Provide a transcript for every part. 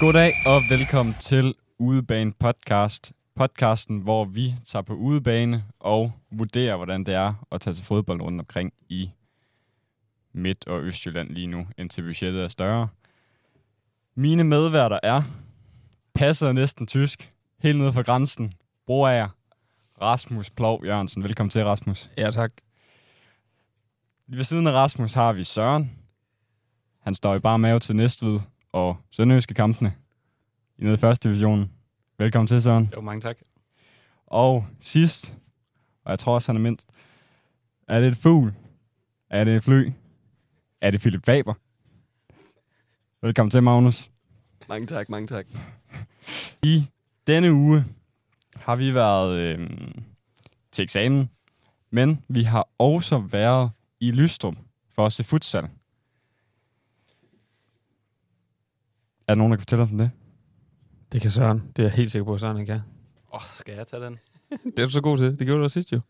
Goddag og velkommen til Udebane Podcast. Podcasten, hvor vi tager på udebane og vurderer, hvordan det er at tage til fodbold rundt omkring i Midt- og Østjylland lige nu, indtil budgettet er større. Mine medværter er passer næsten tysk, helt nede fra grænsen, Broager, Rasmus Plov Jørgensen. Velkommen til, Rasmus. Ja, tak. Ved siden af Rasmus har vi Søren. Han står i bare mave til Næstved og Sønderjyske kampene i nede i første division. Velkommen til, Søren. Jo, mange tak. Og sidst, og jeg tror også, han er mindst, er det et fugl? Er det et fly? Er det Philip Faber? Velkommen til, Magnus. Mange tak, mange tak. I denne uge har vi været øh, til eksamen, men vi har også været i Lystrup for at se futsal. Er der nogen, der kan fortælle os om det? Det kan Søren. Det er jeg helt sikker på, at Søren han kan. Åh, oh, skal jeg tage den? Det er du så god til. Det gjorde du også sidst jo.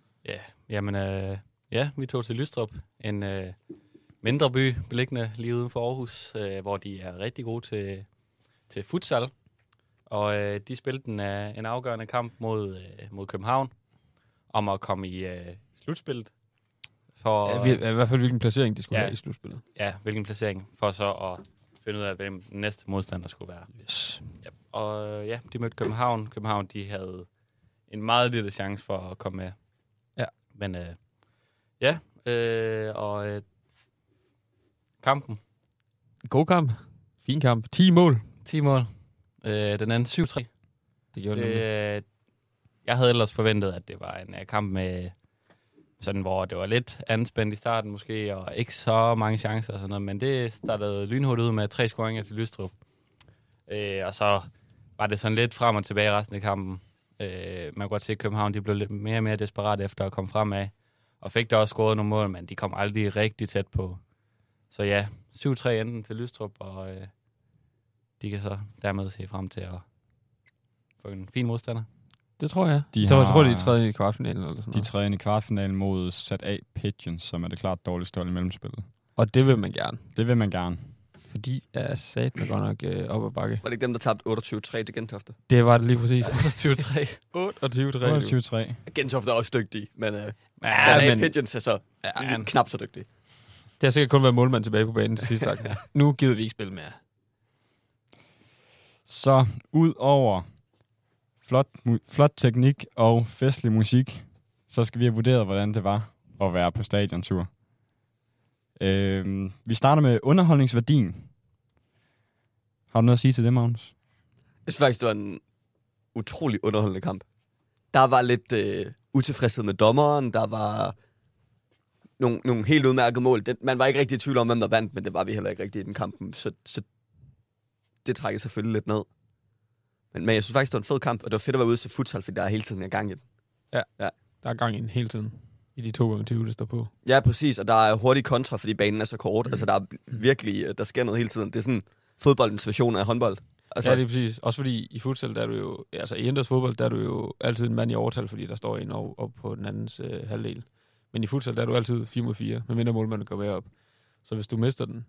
Jamen, øh, ja, vi tog til Lystrup, en øh, mindre by beliggende lige uden for Aarhus, øh, hvor de er rigtig gode til, til futsal. Og øh, de spillede en, øh, en afgørende kamp mod, øh, mod København om at komme i øh, slutspillet. For, Ja, vi, i hvert fald hvilken placering de skulle Ja. have i slutspillet. ja, hvilken placering, for så at finde ud af, hvem den næste modstander skulle være. Yes. Ja, og øh, ja, de mødte København. København, de havde en meget lille chance for at komme med. Ja. Men øh, ja, øh, og øh, kampen. God kamp. Fin kamp. 10 mål. 10 mål. Øh, den anden 7-3. Det gjorde det. nemlig. Øh, jeg havde ellers forventet, at det var en øh, kamp med sådan, hvor det var lidt anspændt i starten måske, og ikke så mange chancer og sådan noget, men det startede lynhurtigt ud med tre scoringer til Lystrup. Øh, og så var det sådan lidt frem og tilbage resten af kampen. Øh, man kan godt se, at København de blev lidt mere og mere desperat efter at komme fremad, og fik da også scoret nogle mål, men de kom aldrig rigtig tæt på. Så ja, 7-3 enten til Lystrup, og øh, de kan så dermed se frem til at få en fin modstander. Det tror jeg. De De så, jeg har- tror, det er i tredje i kvartfinalen eller sådan De noget. træder ind i kvartfinalen mod Sat A Pigeons, som er det klart dårligste hold i mellemspillet. Og det vil man gerne. Det vil man gerne. For de er sat med godt nok øh, op ad bakke. Var det ikke dem, der tabte 28-3 til Gentofte? Det var det lige præcis. 28-3. 28 3 28 3. Gentofte er også dygtige, men øh, Ja, ja, men- men... Pigeons er så Ja, ja, knap så dygtige. det har sikkert kun været målmand tilbage på banen til sidst sagt. nu gider vi ikke spille mere. Så ud over flot, mu- flot teknik og festlig musik, så skal vi have vurderet, hvordan det var at være på stadiontur. Øhm, vi starter med underholdningsværdien. Har du noget at sige til det, Magnus? Jeg synes faktisk, det var en utrolig underholdende kamp. Der var lidt øh, utilfredshed med dommeren, der var nogle, nogle helt udmærkede mål. Det, man var ikke rigtig i tvivl om, hvem der vandt, men det var vi heller ikke rigtig i den kampen, så, så det trækker selvfølgelig lidt ned. Men, men jeg synes faktisk, det var en fed kamp, og det var fedt at være ude til futsal, fordi der er hele tiden er gang i den. Der er gang i den hele tiden. I de 2 gange 20, der står på. Ja, præcis, og der er hurtig kontra, fordi banen er så kort. Altså, der er virkelig, øh, der sker noget hele tiden. Det er sådan fodboldens version af håndbold. Altså, Altså, ja, det er præcis. Også fordi i futsal, der er du jo, altså i indendørs fodbold, der er du jo altid en mand i overtal, fordi der står en op, op på den andens øh, halvdel. Men i futsal, der er du altid 4 mod 4, medmindre målmanden går med op. Så hvis du mister den,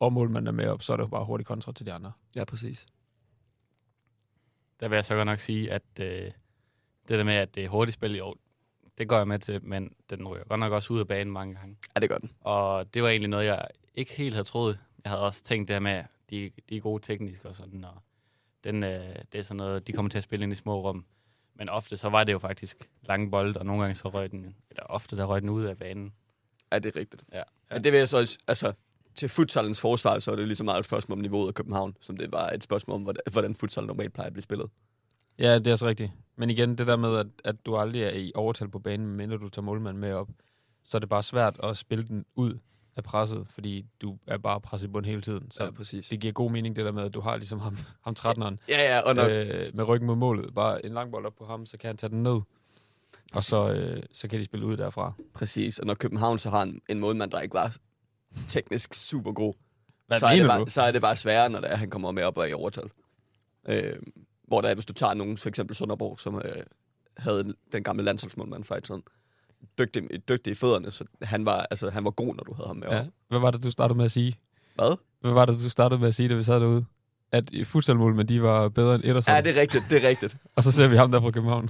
og målmanden er med op, så er det jo bare hurtigt kontra til de andre. ja præcis. Der vil jeg så godt nok sige, at øh, det der med, at det er hurtigt spil i år, det går jeg med til, men den ryger godt nok også ud af banen mange gange. Ja, det gør den. Og det var egentlig noget, jeg ikke helt havde troet. Jeg havde også tænkt det her med, at de, de er gode teknisk og sådan, og den, øh, det er sådan noget, de kommer til at spille ind i små rum. Men ofte så var det jo faktisk lange bolde, og nogle gange så røg den, eller ofte der røg den ud af banen. Ja, det er rigtigt. Ja. Men det vil jeg så også, altså, til futsalens forsvar, så er det lige så meget et spørgsmål om niveauet af København, som det var et spørgsmål om, hvordan, hvordan futsal normalt plejer at blive spillet. Ja, det er også rigtigt. Men igen, det der med, at, at du aldrig er i overtal på banen, medmindre du tager målmanden med op, så er det bare svært at spille den ud af presset, fordi du er bare presset i bund hele tiden. Så præcis. det giver god mening, det der med, at du har ligesom ham, ham 13'eren, Ja, ja, og når, øh, øh, med ryggen mod målet. Bare en lang bold op på ham, så kan han tage den ned. Og så, øh, så kan de spille ud derfra. præcis, og når København så har en, en målmand, der ikke var teknisk super god, Hvad så, er det mener du? bare, så er det bare sværere, når det er, han kommer med op og er i overtal. Øh, hvor der er, hvis du tager nogen, for eksempel Sønderborg, som øh, havde en- den gamle landsholdsmålmand fra i tiden, dygtig, dygtig i fødderne, så han var, altså, han var god, når du havde ham med op. Ja. Hvad var det, du startede med at sige? Hvad? Hvad var det, du startede med at sige, da vi sad derude? at futsalmålene, de var bedre end et og Ja, det er rigtigt, det er rigtigt. Og så ser vi ham der fra København.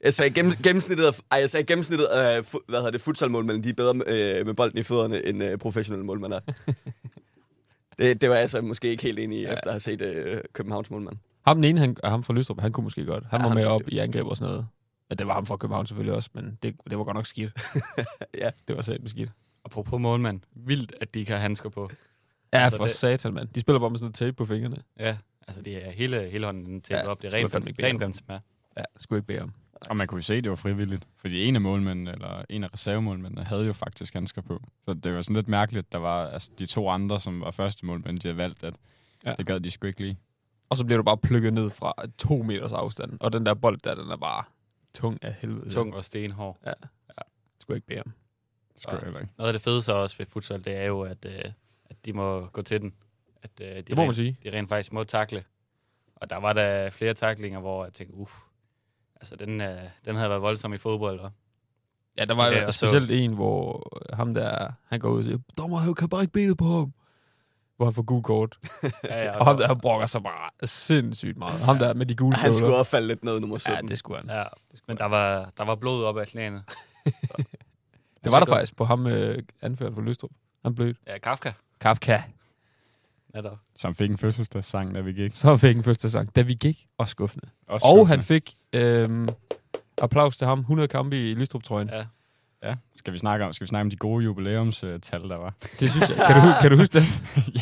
Jeg sagde gennem, gennemsnittet, af, ej, jeg sagde gennemsnittet af, fu- hvad hedder det, futsalmålmanden, de er bedre øh, med bolden i fødderne, end øh, professionelle målmænd er. det, det var jeg så måske ikke helt enig i, ja. efter at have set øh, Københavns målmand. Ham den ene, han, ham fra Lystrup, han kunne måske godt. Han Ja, var ham med kan op det i angreb og sådan noget. Ja, det var ham fra København selvfølgelig også, men det, det var godt nok skidt. Ja. Det var satme skidt. Apropos målmand. Vildt, at de ikke har handsker på. Ja, Altså, for det- satan, mand. De spiller bare med sådan noget tape på fingrene. Ja, altså det er hele, hele hånden til Ja, ja, op. Det er skulle jeg rent fandme ikke bede rent om. Benzema. Ja, skulle jeg ikke bede om. Og man kunne jo se, at det var frivilligt. Fordi en af målmændene, eller en af reservemålmændene, havde jo faktisk handsker på. Så det var sådan lidt mærkeligt, at der var altså, de to andre, som var første målmænd, de havde valgt, at Ja. ja. det gad de sgu ikke lige. Og så bliver du bare plukket ned fra to meters afstand. Og den der bold der, den er bare tung af helvede. Tung og stenhård. Skulle jeg ikke bede om. Det skulle Ja. jeg heller ikke. Noget af det fede så også ved futsal, det er jo, at, øh, at de må gå til den. At, øh, de Det må rent, man sige. de rent faktisk må takle. Og der var der flere taklinger, hvor jeg tænkte, uff, altså den, øh, den havde været voldsom i fodbold. Og, Ja, der var Ja, ja, og så- specielt en, hvor ham der, han går ud og siger, dommer, jeg kan bare ikke benet på ham. Hvor han får gul kort. ja, ja, Og ham der, han brokker sig bare sindssygt meget. Ham der med de gule Han skulle støvler. også falde lidt ned, nummer 17. Ja, det skulle han. ja, men der var, der var blod op ad knæene. Det var der Så godt. faktisk på ham øh, anført for Lystrup. Han blødt. Ja, Kafka Kafka. netop. Som fik en fødselsdagssang, da vi gik. Så fik han første sang. Da vi gik, og skuffende. Og, Og han fik øh, applaus til ham. 100 kampe i Lystrup-trøjen. Ja. Ja. Ja, skal vi snakke om, skal vi snakke om de gode jubilæumstal, der var? Det synes jeg. Kan du, kan du huske det?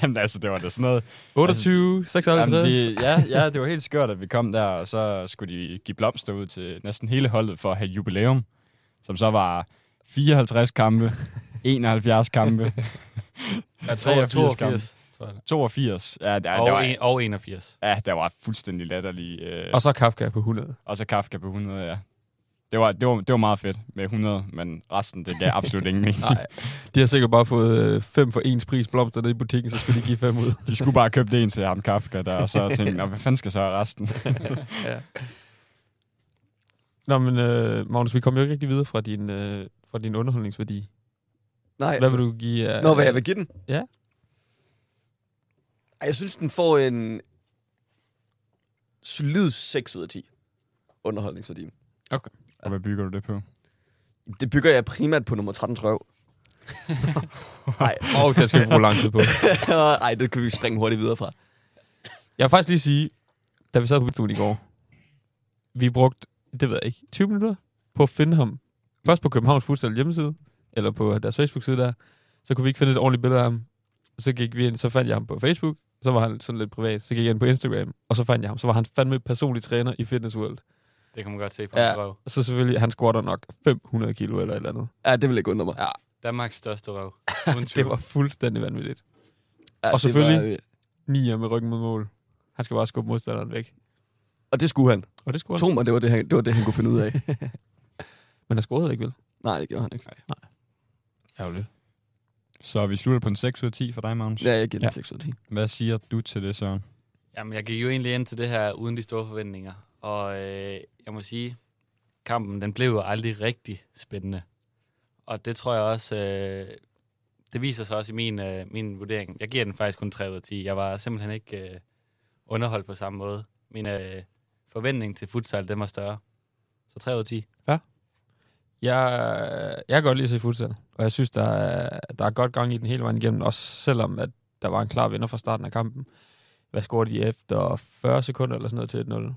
Jamen altså, det var da sådan noget, 28, Jamen, 56. de, ja, ja, det var helt skørt, at vi kom der, og så skulle de give blomster ud til næsten hele holdet for at have jubilæum, som så var 54 kampe, 71 kampe, Jeg 83 kampe. 82, tror jeg. 82. Ja, der, der, Og, var, en, og 81. ja, der var fuldstændig latterlig. Øh, Og så Kafka på 100. og så Kafka på 100, ja. Det var, det, var, det var meget fedt med 100, men resten, det gav absolut ingen mening. Nej, de har sikkert bare fået 5 for 1 pris blomster nede i butikken, så skulle de give 5 ud. De skulle bare købe det en til ham, Kafka, der, og så tænkte, "Nå, hvad fanden skal så have resten? Nå, men øh, Magnus, vi kom jo ikke rigtig videre fra din, øh, fra din underholdningsværdi. Nej. Hvad vil du give af... Nå, hvad jeg vil give den? Øh, Ja. Ej, Jeg synes, den får en solid 6 ud af 10 underholdningsværdien. Og hvad bygger du det på? Det bygger jeg primært på nummer 13 trøv. Nej, Åh, oh, den skal vi bruge lang tid på. Ej, det kan vi springe hurtigt videre fra. Jeg vil faktisk lige sige, da vi sad på bistuen i går, vi brugte, det ved jeg ikke, 20 minutter på at finde ham. Først på Københavns Futsal hjemmeside, eller på deres Facebook-side der, så kunne vi ikke finde et ordentligt billede af ham. Så gik vi ind, så fandt jeg ham på Facebook, så var han sådan lidt privat. Så gik jeg ind på Instagram, og så fandt jeg ham. Så var han fandme personlig træner i Fitness World. Det kan man godt se på Ja. ja. røv. Og så selvfølgelig, han squatter nok 500 kilo eller et eller andet. Ja, det vil ikke undre mig. Ja, Danmarks største røv. Uden det tvivl. var fuldstændig vanvittigt. Ja, Og det selvfølgelig- var- øh, Nier med ryggen mod mål. Han skal bare skubbe modstanderen væk. og det skulle han. Og det skulle han. Tro mig, det var det, han, det var det, han kunne finde ud af. Men han scorede ikke, vel? Nej, det gjorde han ikke. Ærgerligt. Så vi slutter på en 6 ud af 10 for dig, Magnus. Ja, jeg giver den Ja. 6 ud af 10. Hvad siger du til det, Søren? Jamen, jeg gik jo egentlig ind til det her uden de store forventninger. Og øh, jeg må sige, kampen den blev jo aldrig rigtig spændende. Og det tror jeg også, øh, det viser sig også i min, øh, min vurdering. Jeg giver den faktisk kun 3 ud af 10. Jeg var simpelthen ikke øh, underholdt på samme måde. Min øh, forventning til futsal, den var større. Så 3 ud af 10. Jeg, jeg kan godt lide at se futsal, og jeg synes, der er, der er godt gang i den hele vejen igennem, også selvom at der var en klar vinder fra starten af kampen. Hvad scorede de efter 40 sekunder eller sådan noget til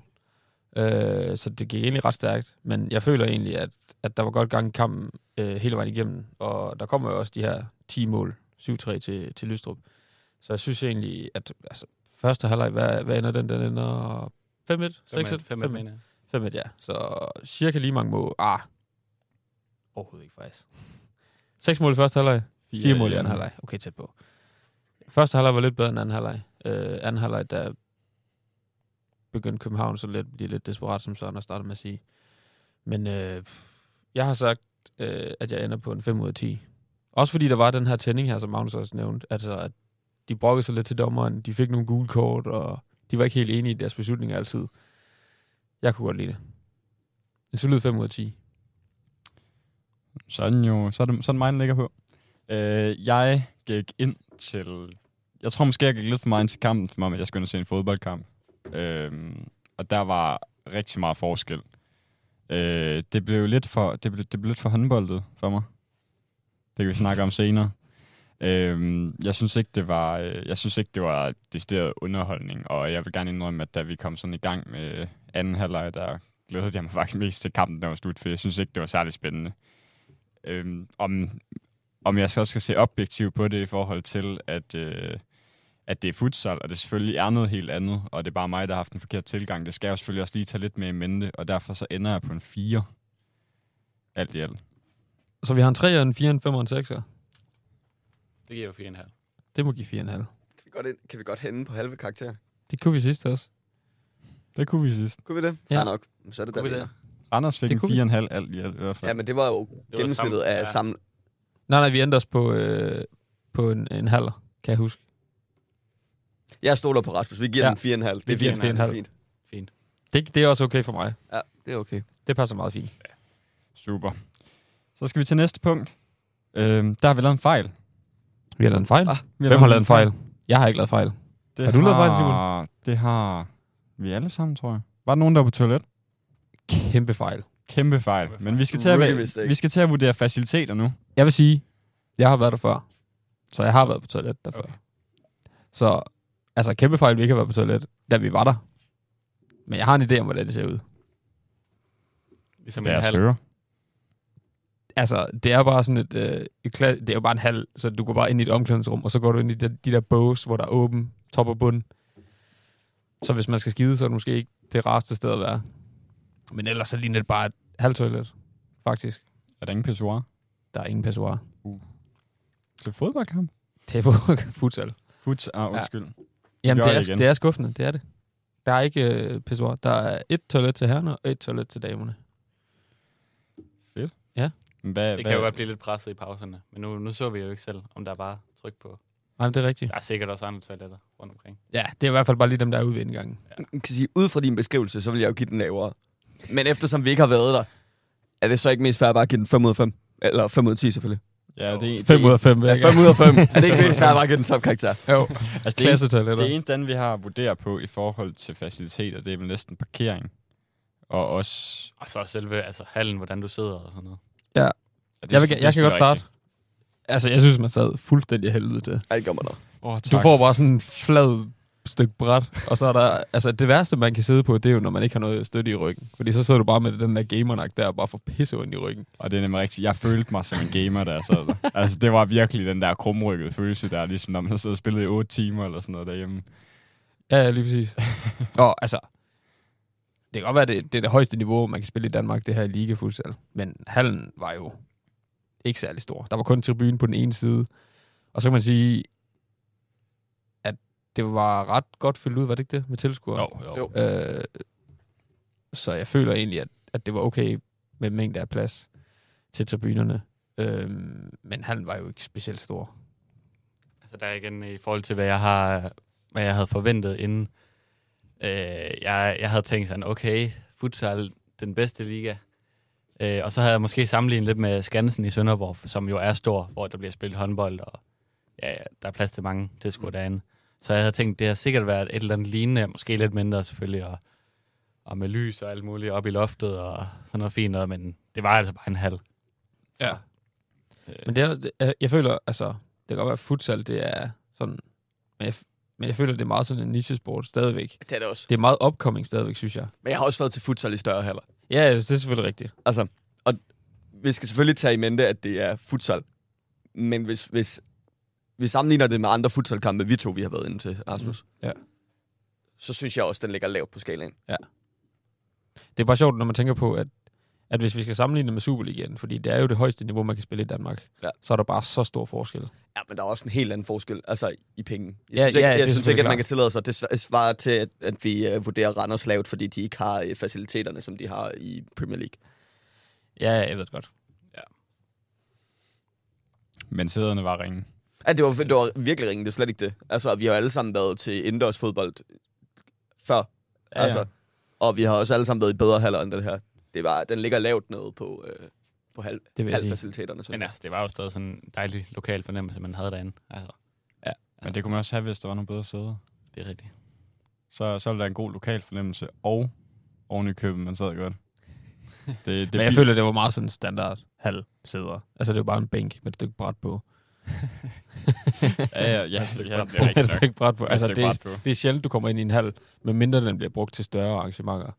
1-0? Øh, så det gik egentlig ret stærkt, men jeg føler egentlig, at, at der var godt gang i kampen øh, hele vejen igennem, og der kommer jo også de her 10 mål, 7-3 til, til Lystrup. Så jeg synes egentlig, at altså, første halvleg, hvad, hvad ender den? Den ender 5-1? 6-1? 5 5-1. mener jeg. 5 ja. Så cirka lige mange mål. Ah, overhovedet ikke faktisk. 6 mål i første halvleg, 4 mål i anden halvleg. Okay, tæt på. Første halvleg var lidt bedre end anden halvleg. Øh, anden halvleg, der begyndte København så lidt, blive lidt desperat, som Søren har startet med at sige. Men øh, jeg har sagt, øh, at jeg ender på en 5 ud af 10. Også fordi der var den her tænding her, som Magnus også nævnte, altså at de brokkede sig lidt til dommeren, de fik nogle gule kort, og de var ikke helt enige i deres beslutninger altid. Jeg kunne godt lide det. En solid 5 ud af 10. Sådan jo, sådan, sådan mig, den ligger på. Øh, jeg gik ind til, jeg tror måske, jeg gik lidt for meget ind til kampen, som om at jeg skulle ind og se en fodboldkamp. Øhm, og der var rigtig meget forskel. Øh, det blev lidt for, det blev, det blev lidt for håndboldet for mig. Det kan vi snakke om senere. Øhm, jeg synes ikke, det var, øh, jeg synes ikke, det var decideret underholdning, og jeg vil gerne indrømme, at da vi kom sådan i gang med anden halvleg, der glædede jeg mig faktisk mest til kampen, der var slut, for jeg synes ikke, det var særlig spændende. Øhm, om, om jeg så skal se objektivt på det i forhold til, at, øh, at det er futsal, og det selvfølgelig er noget helt andet, og det er bare mig, der har haft en forkert tilgang. Det skal jeg jo selvfølgelig også lige tage lidt med i mente, og derfor så ender jeg på en 4. Alt i alt. Så vi har en 3'er, en 4'er, en 5'er, en 6'er. Det giver jo 4,5. Det må give 4,5. Kan vi godt, ind, kan vi godt hænde på halve karakter? Det kunne vi sidst også. Det kunne vi sidst. Kunne vi det? Ja. Ja. nok. Så er det der, Kunne vi vi er. det? Anders fik Det en kunne vi. 4,5 alt i alt i hvert fald. Ja, men det var jo var gennemsnittet sammen- af ja. sammen. Nej, nej, vi ændrer os på, øh, på en, en halver, kan jeg huske. Jeg stoler på Rasmus. Vi giver Ja. ja. den 4,5. Det Vi er giver fint. den Det er 4,5. fint. Fint. Det, det er også okay for mig. Ja, det er okay. Det passer meget fint. Super. Så skal vi til næste punkt. Øhm, der har vi lavet en fejl. Vi har lavet en fejl. Ah, Vi Hvem har lavet en fejl? Jeg har ikke lavet fejl. Det Har du lavet fejl, Simon? Det har vi alle sammen, tror jeg. Var der nogen, der var på toilet? Kæmpe fejl. Kæmpe fejl. Kæmpe Men fejl. vi skal, til at, Rookie vi mistake. skal til at vurdere faciliteter nu. Jeg vil sige, jeg har været der før. Så jeg har været på toilet der før. Okay. Okay. Så altså kæmpe fejl, vi ikke har været på toilet, da vi var der. Men jeg har en idé om, hvordan det ser ud. Ligesom Det en er halv. søger. Altså, det er bare sådan et, øh, et kla- det er jo bare en halv, så du går bare ind i et omklædningsrum, og så går du ind i de, de der bås, hvor der er åben top og bund. Så hvis man skal skide, så er det måske ikke det rareste sted at være. Men ellers så ligner det bare et halvtoilet, faktisk. Er der ingen pissoir? Der er ingen pissoir. Til fodboldkamp? Tæppe futsal. Futs, ah, Ja. undskyld. Gør Jamen, det det er, igen. det er skuffende, det er det. Der er ikke øh, pissoir. Der er et toilet til herrerne og et toilet til damerne. Fedt. Ja. Men Hvad, Det hvad, kan jo godt blive lidt presset i pauserne. Men nu, nu så vi jo ikke selv, om der er bare tryk på. Nej, men det er rigtigt. Der er sikkert også andre toiletter rundt omkring. Ja, det er i hvert fald bare lige dem, der er ude ved indgangen. Man kan sige, ud fra din beskrivelse, så vil jeg jo give den lavere. Men eftersom vi ikke har været der, er det så ikke mest fair bare at give den 5 ud af 5? Eller 5 ud af 10 selvfølgelig. Ja, det, det, 5 ud af 5. Ja, 5 ud af 5. er det ikke Altså, mest fair bare at give den topkarakter? Jo, altså, det, eneste, klassetoiletter. det eneste andet, vi har at vurdere på i forhold til faciliteter, det er vel næsten parkering. Og også... Og så selve altså, hallen, hvordan du sidder og sådan noget. Ja, det Jeg, er- vil, det er jeg kan selvfølgelig godt starte. Altså, jeg synes, man sad fuldstændig af helvede til. Ej, det gør mig noget. rigtigt. Åh, tak. Du får bare sådan en flad stykke bræt, og så er der... Altså, det værste, man kan sidde på, det er jo, når man ikke har noget støtte i ryggen. Fordi så sidder du bare med den der gamernak der, og bare får pisse ondt i ryggen. Og det er nemlig rigtigt. Jeg følte mig som en gamer, der sad der. altså, det var virkelig den der krumrykkede følelse, der ligesom, når man har siddet og spillet i 8 timer eller sådan noget derhjemme. Ja, ja, lige præcis. og altså, det kan godt være, det, det er det højeste niveau, man kan spille i Danmark, det her liga futsal. Men hallen var jo ikke særlig stor. Der var kun tribunen på den ene side. Og så kan man sige, at det var ret godt fyldt ud, var det ikke det, med tilskuere? jo. Jo. Øh, så jeg føler egentlig, at, at det var okay med mængde af plads til tribunerne. Øh, men han var jo ikke specielt stor. Altså der er igen i forhold til, hvad jeg, har, hvad jeg havde forventet inden. Øh, jeg, jeg havde tænkt sådan, okay, futsal, den bedste liga. Øh, og så havde jeg måske sammenlignet lidt med Skansen i Sønderborg, som jo er stor, hvor der bliver spillet håndbold, og ja, ja, der er plads til mange tilskuere derinde. Så jeg havde tænkt, det har sikkert været et eller andet lignende, måske lidt mindre selvfølgelig, og, og med lys og alt muligt op i loftet og sådan noget fint noget, men det var altså bare en halv. Ja. Øh, Men det er, det er- jeg føler, altså, det kan godt være, at futsal, det er sådan, men jeg, men jeg føler, det er meget sådan en nichesport stadigvæk. Det er det også. Det er meget opkoming stadigvæk, synes jeg. Men jeg har også været til futsal i større haller. Ja, altså, det er selvfølgelig rigtigt. Altså, og vi skal selvfølgelig tage i mente, at det er futsal. Men hvis, hvis vi sammenligner det med andre futsalkampe, vi to vi har været inde til, Rasmus. Ja. Så synes jeg også, den ligger lavt på skalaen. Det er bare sjovt, når man tænker på, at, at hvis vi skal sammenligne det med Superligaen, fordi det er jo det højeste niveau, man kan spille i Danmark, Ja. så er der bare så stor forskel. Ja, men der er også en helt anden forskel, altså i penge. Jeg Ja, synes ikke, ja, det er jeg synes ikke selvfølgelig at man kan tillade sig. Det sv- svarer til, at, at vi øh, vurderer Randers lavt, fordi de ikke har øh, faciliteterne, som de har i Premier League. Ja, jeg ved det godt. Men sæderne var ringe. Ja, det var, det var virkelig ringe, det er slet ikke det. Altså, vi har jo alle sammen været til indendørs fodbold før. Ja, Ja, ja. altså, Og vi har også alle sammen været i bedre haller end den her. Det var, den ligger lavt nede på, øh, på halv, Det vil jeg sige. halvfaciliteterne. Så. Men altså, det var jo stadig sådan en dejlig lokal fornemmelse, man havde derinde. Altså, Ja. altså Men det kunne man også have, hvis der var nogle bedre sæder. Det er rigtigt. Så, så ville der være en god lokal fornemmelse, og oven i køben, man sad godt. Det, det Men jeg føler, det var meget sådan standard halv sæder. Altså, det var bare en bænk med et stykke bræt på. ja, ja, ja, et stykke bræt på. Et Et stykke bræt på. Altså, stykke det er, bræt på. det er sjældent, du kommer ind i en halv, medmindre den bliver brugt til større arrangementer,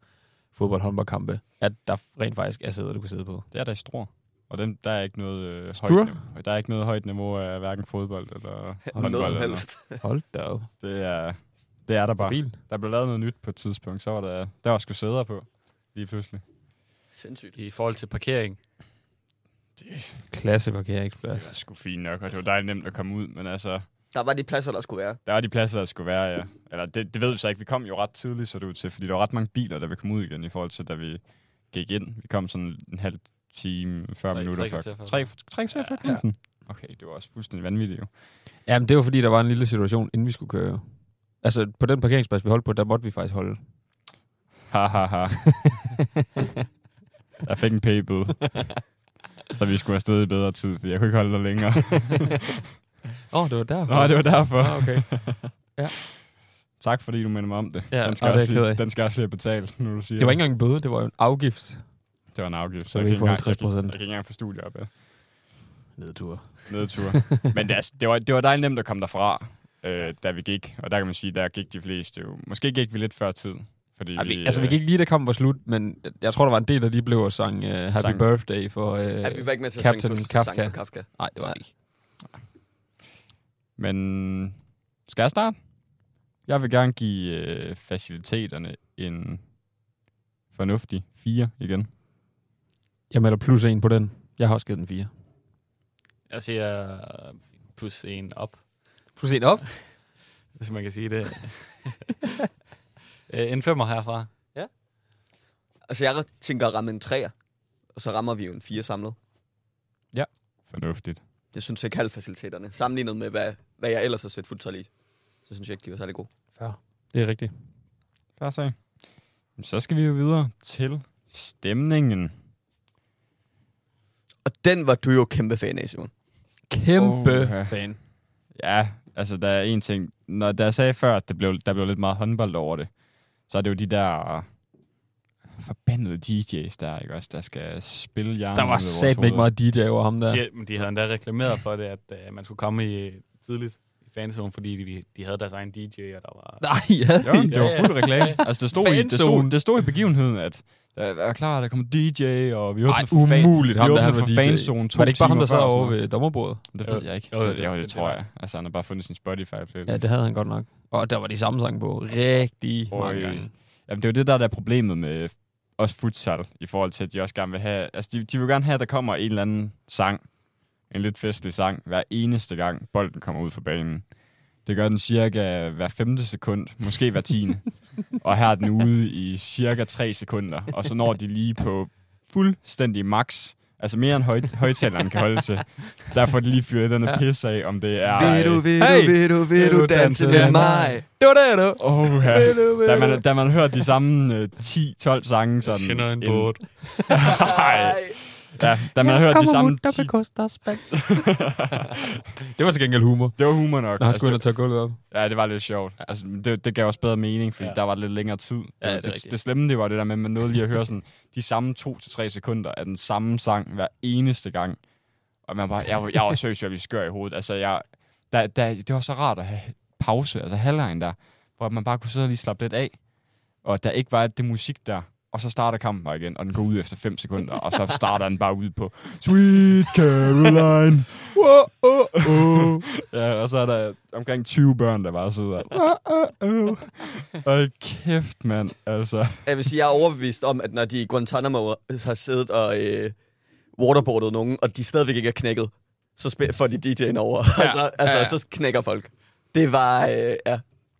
fodbold, håndboldkampe, at der rent faktisk er sæder, du kan sidde på. Det er der i Struer. Og dem, der er ikke noget øh, Struer? højt niveau. Der er ikke noget højt niveau af hverken fodbold eller håndbold. Noget som eller- helst. Hold da op. Det er, det er der bare. Stabilt. Der blev lavet noget nyt på et tidspunkt, så var der, der var sgu sæder på lige pludselig. Sindssygt. I forhold til parkering. Klasse Det parkeringsplads. var sgu fint nok, og det var dejligt nemt at komme ud, men altså, Der var de pladser, der skulle være. der var de pladser, der skulle være, ja. Eller det, det ved vi så ikke, vi kom jo ret tidligt, så det ud til, fordi der var ret mange biler, der vi kom ud igen, i forhold til, da vi gik ind. Vi kom sådan en halv time, 40 Tre- minutter tre før. kvarter før. Tre, tre kvarter før kampen? Okay, det var også fuldstændig vanvittigt jo. Jamen, det var fordi, der var en lille situation, inden vi skulle køre. Altså, på den parkeringsplads, vi holdt på, der måtte vi faktisk holde. Ha, ha, ha. Jeg fik en p-bøde. Så vi skulle afsted i bedre tid, for jeg kunne ikke holde der længere. Åh, oh, det var derfor. Nå, det var derfor. Ah, okay. Tak fordi du minder mig om det. Ja, den, og skal det er også jeg ked lige, af. den skal også lige have betalt, nu du siger Det var ikke engang en bøde, det var jo en afgift. det var en afgift. Så jeg vi kan får engang- 50%. Jeg kan ikke engang få studie op af Nedtur. nedtur. Men det, er altså- det, var, det var dejligt nemt at komme derfra, øh, da vi gik. Og der kan man sige, der gik de fleste jo. Måske gik vi lidt før tid. Fordi Ej, vi, vi, altså, vi øh, gik ikke lige, da kampen var slut, men jeg tror, der var en del, der lige blev og sang uh, Happy Sang. Birthday for... Uh, Ja, vi var ikke med til at Captain synge fødselsdagssang Kafka. for Kafka. Nej, det var det ikke. øh, Men skal jeg starte? Jeg vil gerne give øh, faciliteterne en fornuftig 4 igen. Jeg melder plus en på den. Jeg har også givet den fire. Jeg siger øh, plus en op, Plus en op. hvis man kan sige det. Øh, en femmer herfra. Altså, jeg tænker at ramme en træer, og så rammer vi jo en fire samlet. Fornuftigt. Det synes jeg ikke halvfaciliteterne. Sammenlignet med, hvad, hvad jeg ellers har set futsal i, så synes jeg ikke, de var særlig gode. Det er rigtigt. Klar sag. Men Så skal vi jo videre til stemningen. Og den var du jo kæmpe fan af, Simon. Kæmpe Oha. fan. Ja, altså der er en ting. Når, da jeg sagde før, at det blev, der blev lidt meget håndbold over det, så er det jo de der øh, forbandede DJ's der, ikke også, der skal spille hjernen. Der var satme ikke meget DJ over ham der. De, men de havde endda reklameret for det, at øh, man skulle komme i, tidligt i fanzone, fordi de, de havde deres egen DJ, og der var... Nej, ja. Jo, men det var fuld reklame. altså, det stod, i, det, stod, Fanzone. det stod i begivenheden, at der er klar, der kommer DJ, og vi åbner Nej, for fan- umuligt ham, vi der han åbner var for DJ. fanzone to Var det ikke bare ham, timer der sad før og sådan over ved dommerbordet? noget? Det ved jeg ikke. Jo, jo, det, jo, det, det, det tror var- jeg. Altså, han har bare fundet sin spotify playlist Ja, det havde han godt nok. Og der var de samme sange på rigtig Øj. mange gange. Jamen, det er jo det, der, der er problemet med også futsal, i forhold til, at de også gerne vil have... Altså, de, de vil gerne have, at der kommer en eller anden sang, en lidt festlig sang, hver eneste gang bolden kommer ud fra banen. Det gør den cirka hver femte sekund, måske hver tiende. og her er den ude i cirka tre sekunder, og så når de lige på fuldstændig max, altså mere end høj, højtaleren kan holde til. Der får de lige fyret den her pisse af, om det er... øh, Vil du, vil Hey! du, vil du, vil du danse med mig? Det var det, du. Åh, oh, ja. Da man, da man hører de samme øh, 10-12 sange, sådan... Nej. Ej. Ja, da man har hørt de samme 10... Det var til gengæld humor. Det var humor nok. Når han Altså, skulle ind og tage gulvet op. det- ja, det var lidt sjovt. Altså, det, det gav også bedre mening, fordi ja. Ja. der var lidt længere tid. Det, Ja, ja, det det, er det, rigtigt. det slemme, det var det der med, at man nåede lige at høre sådan, de samme 2-3 sekunder af den samme sang hver eneste gang. Og man bare, jeg, var- jeg var seriøst, jeg blev skør i hovedet. Altså, jeg, der, der, det var så rart at have pause, altså halvlejen der, hvor man bare kunne sidde og lige slappe lidt af, og der ikke var alt det musik der, og så starter kampen bare igen, og den går ud efter 5 sekunder, og så starter den bare ud på Sweet Caroline. Wow, oh, oh. ja, og så er der omkring 20 børn, der bare sidder. Oh, oh, oh. Hold kæft, mand. Altså, Jeg vil sige, jeg er overbevist om, at når de i Guantanamo har siddet og øh, waterboardet nogen, og de stadigvæk ikke er knækket, så spil, får de DJ'en over, ja. og så, altså, Ja, ja. ja. så knækker folk. Det var, øh, ja.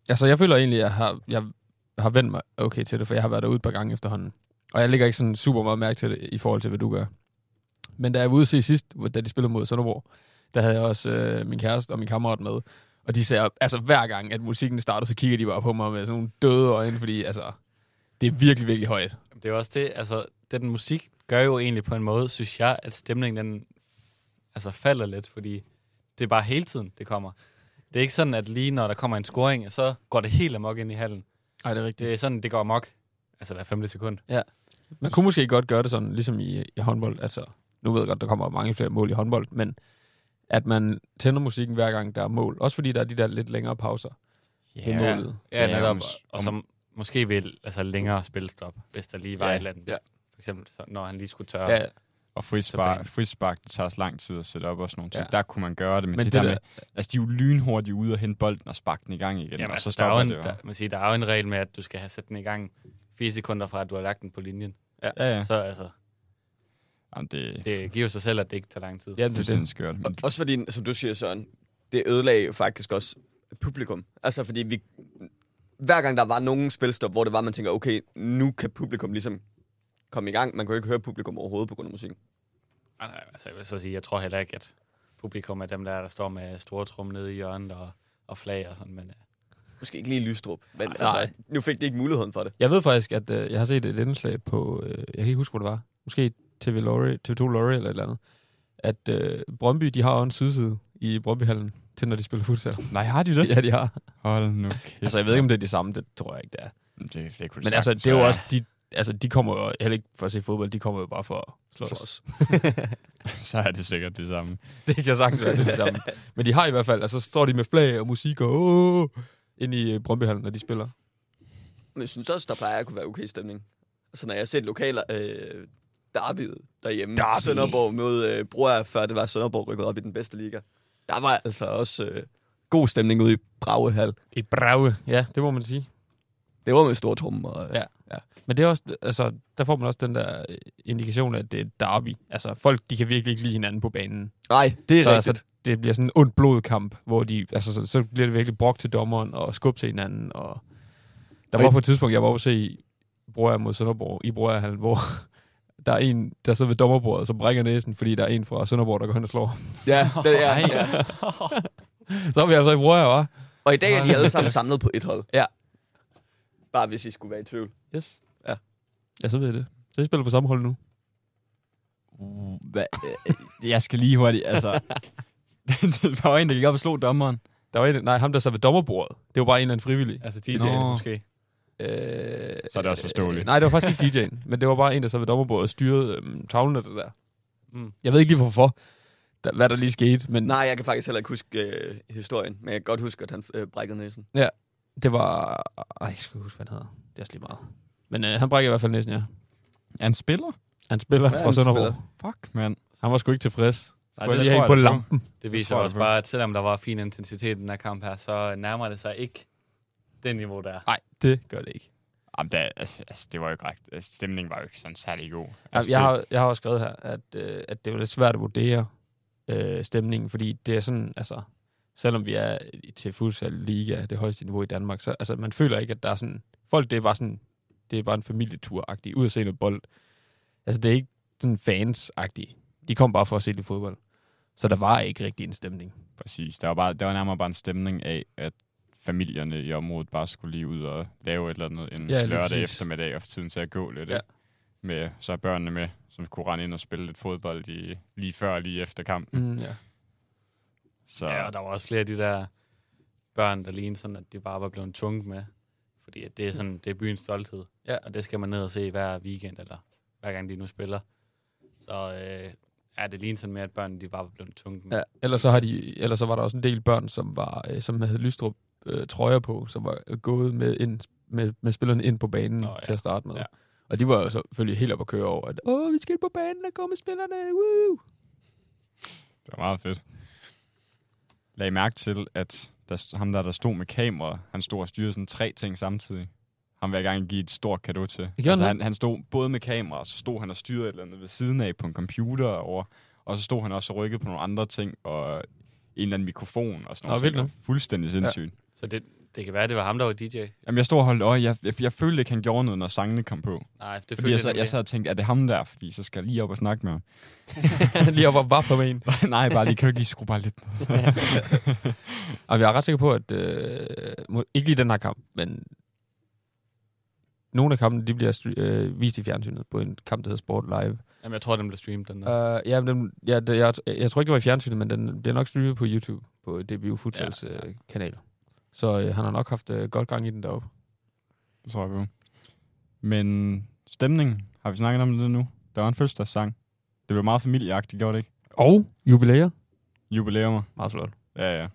Altså, jeg føler egentlig, at jeg har, jeg har vendt mig okay til det, for jeg har været derude et par gange efterhånden. Og jeg lægger ikke sådan super meget mærke til det, i forhold til, hvad du gør. Men da jeg var ude at se sidst, hvor- da de spillede mod Sønderborg, der havde jeg også øh, min kæreste og min kammerat med. Og de sagde, altså hver gang, at musikken startede, så kigger de bare på mig med sådan nogle døde øjne, fordi altså, det er virkelig, virkelig højt. Det er jo også det, altså, det, den musik gør jo egentlig på en måde, synes jeg, at stemningen den, altså, falder lidt, fordi det er bare hele tiden, det kommer. Det er ikke sådan, at lige når der kommer en scoring, så går det helt amok ind i hallen. Nej, det er rigtigt. Det er sådan, det går amok. Altså hver femte sekund. Øh, Man kunne måske godt gøre det sådan, ligesom i, i håndbold. Altså, nu ved jeg godt, der kommer mange flere mål i håndbold, men at man tænder musikken hver gang, der er mål. Også fordi der er de der lidt længere pauser yeah. ved ja, målet. ja, Ja, netop. om- Og som måske vil altså længere spilstop, hvis der lige var Ja, et eller andet. Hvis, ja. For eksempel, så, når han lige skulle tørre. Ja, ja. Og banen. frispark, frispark, det tager også lang tid at sætte op og sådan nogle ting. Ja. Ja. Der kunne man gøre det, men, Men men det, det det der, der- med, altså de er jo lynhurtigt ude og hente bolden og sparke den i gang igen, Jamen, og altså, så der, er jo stopper en, det jo. der, man siger, der er jo en regel med, at du skal have sat den i gang fire sekunder fra, at du har lagt den på linjen. Ja, ja. Så altså, Jamen, det, det det giver sig selv, at det ikke tager lang tid. er Jamen, det er fuldstændig det. skørt. Og, Men, også fordi, som du siger, Søren, det ødelagde jo faktisk også publikum. Altså fordi vi, hver gang der var nogen spilstop, hvor det var, man tænker, okay, nu kan publikum ligesom komme i gang. Man kunne jo ikke høre publikum overhovedet på grund af musikken. Ej, nej, altså, jeg vil så sige, jeg tror heller ikke, at publikum er dem der, der står med store trum nede i hjørnet og, og flag og sådan, men øh, Måske ikke lige Lystrup, men Ej, altså, nej. nu fik de ikke muligheden for det. Jeg ved faktisk, at øh, jeg har set et indslag på, øh, jeg kan ikke huske, hvor det var, måske TV Lorry, TV2 Lorry eller et eller andet, at øh, Brøndby, de har også en sydside i Brøndbyhallen til, når de spiller futsal. nej, har de det? ja, de har. Hold nu kæft. Altså, jeg ved ikke, om det er de samme, det tror jeg ikke, det er. Det, det, det kunne Men altså, det er jo også, de, altså, de kommer jo heller ikke for at se fodbold, de kommer jo bare for at slås. slås. Slås. Så er det sikkert det samme. Det kan jeg sagtens være, det er det samme. Men de har i hvert fald, altså, så står de med flag og musik og åh, ind i øh, Brøndbyhallen, når de spiller. Men jeg synes også, der plejer at kunne være okay stemning. Så når jeg har set lokaler, øh, derbyet derhjemme, Derby. derby. Sønderborg mod øh, Brøer, før det var Sønderborg rykket op i den bedste liga. Der var altså også øh, god stemning ude i Bragehal. I brave. Ja, det må man sige. Det var med store trommer. Og, øh, Ja. Men det er også, altså, der får man også den der øh, indikation af, at det er et derby. Altså, folk, de kan virkelig ikke lide hinanden på banen. Nej, det er Så så, rigtigt. altså, det bliver sådan en ond blodkamp, hvor de, altså, så, så bliver det virkelig brok til dommeren og skub til hinanden. Og der var Og i- på et tidspunkt, jeg var oppe at se Brøger mod Sønderborg i Brøgerhallen, hvor der er en, der sidder ved dommerbordet, som brækker næsen, fordi der er en fra Sønderborg, der går hen og slår. Ja, det er, Ej. ja. Så er vi altså i Brøger, hva'? Og i dag er de alle sammen samlet på et hold. Ja. Bare hvis I skulle være i tvivl. Yes. Ja. Ja, så ved jeg det. Så I spiller på samme hold nu. Uh, Hva? øh, Jeg skal lige hurtigt, altså... det var jo en, der gik op og slog dommeren. Der var en, nej, ham der sad ved dommerbordet. Det var bare en eller anden frivillig. altså Nå. DJ'en måske. Øh, Så er det også forståeligt. Øh, nej, det var faktisk ikke DJ'en, men det var bare en, der sad ved dommerbordet og styrede øhm, tavlen og det der. Mm. Jeg ved ikke lige hvorfor, der, hvad der lige skete, men Nej, jeg kan faktisk heller ikke huske øh, historien, men jeg kan godt huske, at han øh, brækkede næsen. det var... Ej, jeg skal ikke huske, hvad han hedder. Det er også lige meget. Men øh, han brækker i hvert fald næsten, ja. Er han spiller? Han spiller Ja, fra han Sønderborg. spiller. Fuck, mand. Han var sgu ikke tilfreds. Nej, Nej, det lige have en på lampen. Det viser tror jeg også på. bare, at selvom der var fin intensitet i den her kamp her, så nærmer det sig ikke det niveau, der er. Nej, det gør det ikke. Jamen, der, altså, altså, det var jo ikke ret. Altså, stemningen var jo ikke sådan særlig god. Altså, Altså, jeg, det- har, jeg har også skrevet her, at, øh, at det er jo lidt svært at vurdere øh, stemningen, fordi det er sådan, altså, selvom vi er i- til futsal liga, det højeste niveau i Danmark, så altså, man føler ikke, at der er sådan, folk, det er bare sådan, det er bare en familietur-agtig, ud at se noget bold. Altså, det er ikke sådan fans -agtig. De kom bare for at se lidt fodbold. Så der var ikke rigtig en stemning. Præcis. Der var, bare, der var nærmere bare en stemning af, at familierne i området bare skulle lige ud og lave et eller andet en Ja, ja, lige lørdag præcis. præcis. eftermiddag og få tiden til at gå lidt. Ja. Ja. Med, så er børnene med, som kunne rende ind og spille lidt fodbold i, lige før og lige efter kampen. Mm, ja. Så Ja, ja, og der var også flere af de der børn, der lignede sådan, at de bare var blevet tvunget med. Fordi at det er sådan, det er byens stolthed. Ja. Og det skal man ned og se hver weekend, eller hver gang de nu spiller. Så øh, ja, det lignede sådan mere, at børnene de bare var blevet tvunget med. Ja, ellers så, har de, ellers så var der også en del børn, som, var, øh, som havde Lystrup øh, trøjer på, som var øh, gået med, ind, med, med spillerne ind på banen Nå, oh, ja. ja. til at starte med. Ja. Ja. Og de var jo selvfølgelig helt op at køre over, at Åh, vi skal ind på banen og gå med spillerne, woo! det var meget fedt. Lag mærke til, at der, st- ham der, der stod med kamera, han stod og styrede sådan tre ting samtidig. Ham vil jeg gerne give et stort kado til. Altså, Gjorde han han, han stod både med kamera, og så stod han og styrede et eller andet ved siden af på en computer over, og så stod han også og rykkede på nogle andre ting, og en eller anden mikrofon og sådan Nå, noget. vildt Fuldstændig sindssygt. Ja. Så det, det kan være, at det var ham, der var DJ. Jamen, jeg stod og holdt øje. Jeg, jeg, jeg følte ikke, han gjorde noget, når sangene kom på. Nej, det Fordi følte jeg, sad, jeg sad og tænkte, er det ham der? Fordi så skal jeg lige op og snakke med ham. lige op og var på banen. Nej, bare lige, kan du ikke lige skrue bare lidt ned? Og jeg er ret sikker på, at øh, må- ikke lige den her kamp, men nogle af kampene de bliver stre- øh, vist i fjernsynet på en kamp, der hedder Sport Live. Jamen, Øh, jeg tror, den blev streamet den der. Uh, ja, men den, ja, det, jeg, jeg tror ikke, det var i fjernsynet, men den bliver nok streamet på YouTube. på DBU Futsals ja, ja. kanal. Så øh, han har nok haft øh, godt gang i den deroppe. Det tror jeg på. Men stemningen, har vi snakket om det nu? Der var en fødselsdagssang. Det blev meget familieagtigt, gjorde det ikke? Og jubilæer. Jubilæumer. Meget flot. Ja, ja.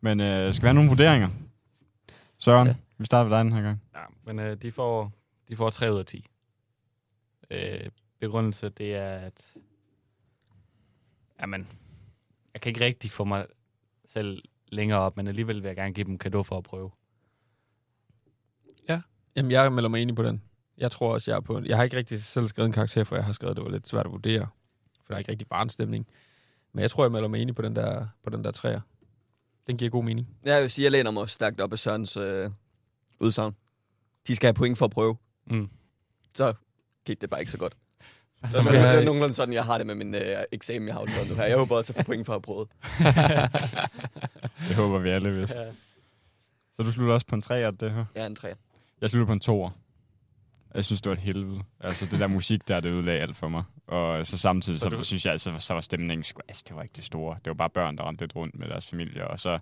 Men øh, skal vi have nogle vurderinger? Søren, ja. Ja. vi starter ved dig den her gang. Ja, men øh, de, får, de får 3 ud af 10. Øh, begrundelse, det er, at... Jamen, jeg kan ikke rigtig få mig selv længere op, men alligevel vil jeg gerne give dem kado for at prøve. Jamen, jeg melder mig enig på den. Jeg tror også, jeg er på en... Jeg har ikke rigtig selv skrevet en karakter, for jeg har skrevet, det var lidt svært at vurdere. For der er ikke rigtig barnstemning. Men jeg tror, jeg melder mig enig på den der, på den der træer. Den giver god mening. Jeg vil sige, jeg læner mig stærkt op af Sørens øh, udsagn. De skal have point for at prøve. Mm. Altså, Så gik det bare ikke så godt. Så Så skal det jeg er have, nogenlunde sådan, jeg har det med min øh, eksamen, jeg har afleveret nu her. Jeg håber også at få point for at have prøvet. Det håber vi alle vidste. Ja. Så du slutter også på en 3 det her? Jeg er en træer. Jeg slutter på en toer. Jeg synes, det var et helvede. Altså, det der musik der, det ødelagde alt for mig. Og så samtidig, så, Så så du- synes jeg, altså, så var stemningen sgu, altså, det var ikke det store. Det var bare børn, der rendte lidt rundt med deres familier. Og så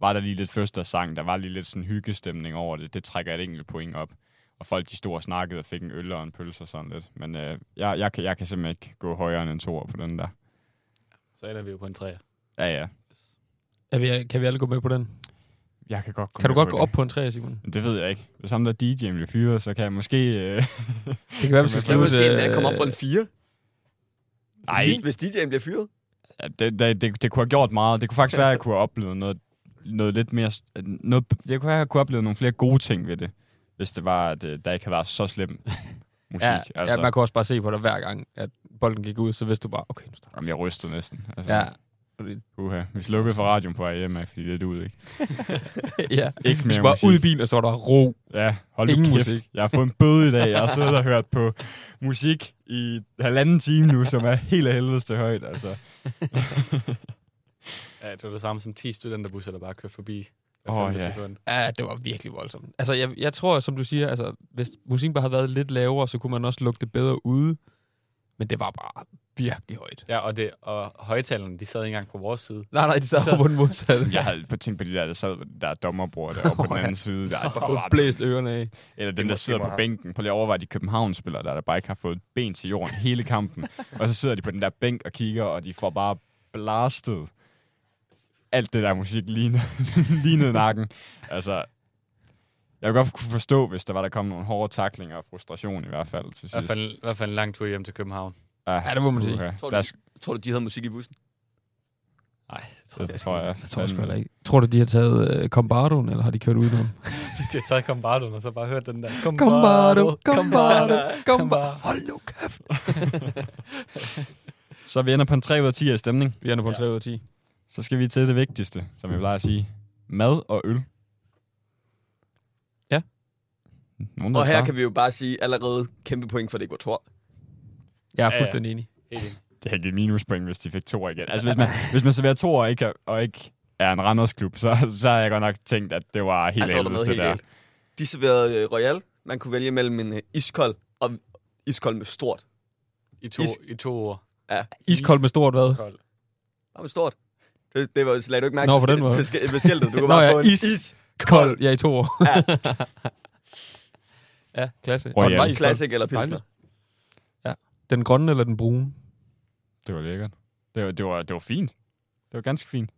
var der lige lidt første sang, der var lige lidt sådan hyggestemning over det. Det trækker et enkelt point op. Og folk, de stod og snakkede og fik en øl og en pølse og sådan lidt. Men øh, jeg, jeg, kan, jeg kan simpelthen ikke gå højere end en toer på den der. Så ender vi jo på en 3. Ja, ja. er vi, kan vi alle gå med på den? Jeg kan godt gå Kan du med på godt gå det. op på en træer, Simon? Men Det ved jeg ikke. Hvis ham der DJ'en bliver fyret, så kan jeg måske... Øh... Det kan være, vi skal Så Så er skrive det et, måske, at jeg kommer op på en øh, 4. Nej. Hvis, hvis DJ'en bliver fyret. Ja, det, det, det, det kunne have gjort meget. Det kunne faktisk være, at jeg kunne have oplevet noget, noget lidt mere... Noget, jeg kunne have jeg kunne have oplevet nogle flere gode ting ved det, hvis det var, at øh, der ikke havde været så slem musik. Ja, altså. altså, ja, man kunne også bare se på dig hver gang, at bolden gik ud, så vidste du bare, okay, nu starter Jamen, jeg rystede næsten. Altså, jeg. ja. Uha. Vi slukkede for radioen på vej hjemme, fordi det er ud, ikke? ja. Ikke Vi mere skal bare musik. ud i bilen, og så var der ro. Ja, hold nu Ingen kæft. Musik. musik. Jeg har fået en bøde i dag. Jeg har siddet og hørt på musik i halvanden time nu, som er helt af helvedes til højt, altså. Ja, det var det samme som 10 studenterbusser, der bare kører forbi hver Åh, oh, femte ja. ja. sekund. Ja, det var virkelig voldsomt. Altså, jeg, jeg tror, som du siger, altså, hvis musikken bare havde været lidt lavere, så kunne man også lugte det bedre ude. Men det var bare virkelig højt. Ja, og, det, og højtalerne, de sad ikke engang på vores side. Nej, nej, de sad over på den modsatte. Jeg havde på tænkt på de der, der sad der dommerbror derovre på den Åh, ja. anden side. Der, Og fået blæst ørerne af. Eller dem, må- der det sidder må på have- bænken. Prøv lige at overveje de København-spillere, der, der bare ikke har fået ben til jorden hele kampen. og så sidder de på den der bænk og kigger, og de får bare blastet alt det der musik lige, ned- lige ned i nakken. Altså, jeg kunne godt kunne forstå, hvis der var der kom nogle hårde taklinger og frustration i hvert fald til Hvad sidst. for, en, hvad for en lang tur hjem til København? Ja, Ja, det må man sige. puha. Tror du- Der sk- Tror du, de havde musik i bussen? Nej, det tror jeg. det tror jeg. Jeg tror sgu heller ikke. Tror du, de har taget øh, Combardoen, eller har de kørt udenom? Hvis de har taget Combardoen, og så bare hørt den der. Combardo, Combardo, Combardo. Hold nu kæft! Så vi ender på en 3 ud af 10 i stemning. Vi er nu på en Ja. 3 ud af 10. Så skal vi til det vigtigste, som Mm. jeg plejer at sige. Mad og øl. Ja. Nogen, der Og her svarer? kan vi jo bare sige allerede kæmpe point for det går Thor. Jeg Ja, er ja. fuldstændig enig. Helt enig. det havde givet minuspoint, hvis de fik to igen. Altså, hvis man, hvis man serverer to og ikke, er- og ikke er en Randersklub, så, så har jeg godt nok tænkt, at det var helt Altså, altså, var der helvedes noget det helt der. galt. De serverede øh, Royal. Man kunne vælge mellem en øh, iskold og iskold med stort. I to, Is- I to ord. Iskold med stort hvad? Kold. Og med stort. Det, det var, lagde du ikke mærke Nå, på til den skilt- måde. til skilt- ved skiltet. Du kunne Nå bare ja, få en is- iskold. Ja, i to år. Ja. klasse. Royal. Og den var iskold. Classic eller pilsner. Den grønne eller den brune? Det var lækkert. Det var, det, var, det var fint. Det var ganske fint.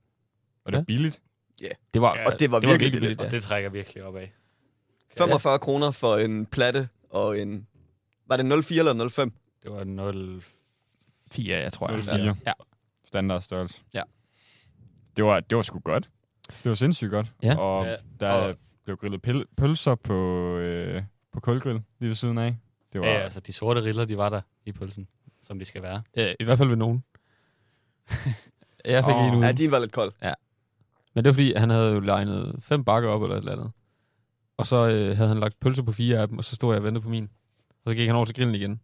Og det Ja. var billigt. Det var, Ja, Og det var det var virkelig virkelig billigt. billigt. Og Ja. det trækker virkelig op af. 45 kroner for en platte og en... Var det 04 eller 05? Mm. Det var 0... fire, jeg tror jeg. 04. Ja. Standard størrelse. Ja. Det var, det var sgu godt. Det var sindssygt godt. Ja. Og Ja, der og- blev grillet pil- pølser på, øh, på kulgrill lige ved siden af. Det var, Ja, altså de sorte riller, de var der i pølsen, som de skal være. Ja, I hvert fald ved nogen. jeg fik Åh. oh. en ud. Ja, din var lidt kold. Men det var fordi, han havde jo legnet fem bakker op eller et eller andet. Og så øh, havde han lagt pølser på fire af dem, og så stod jeg og ventede på min. Og så gik han over til grillen igen.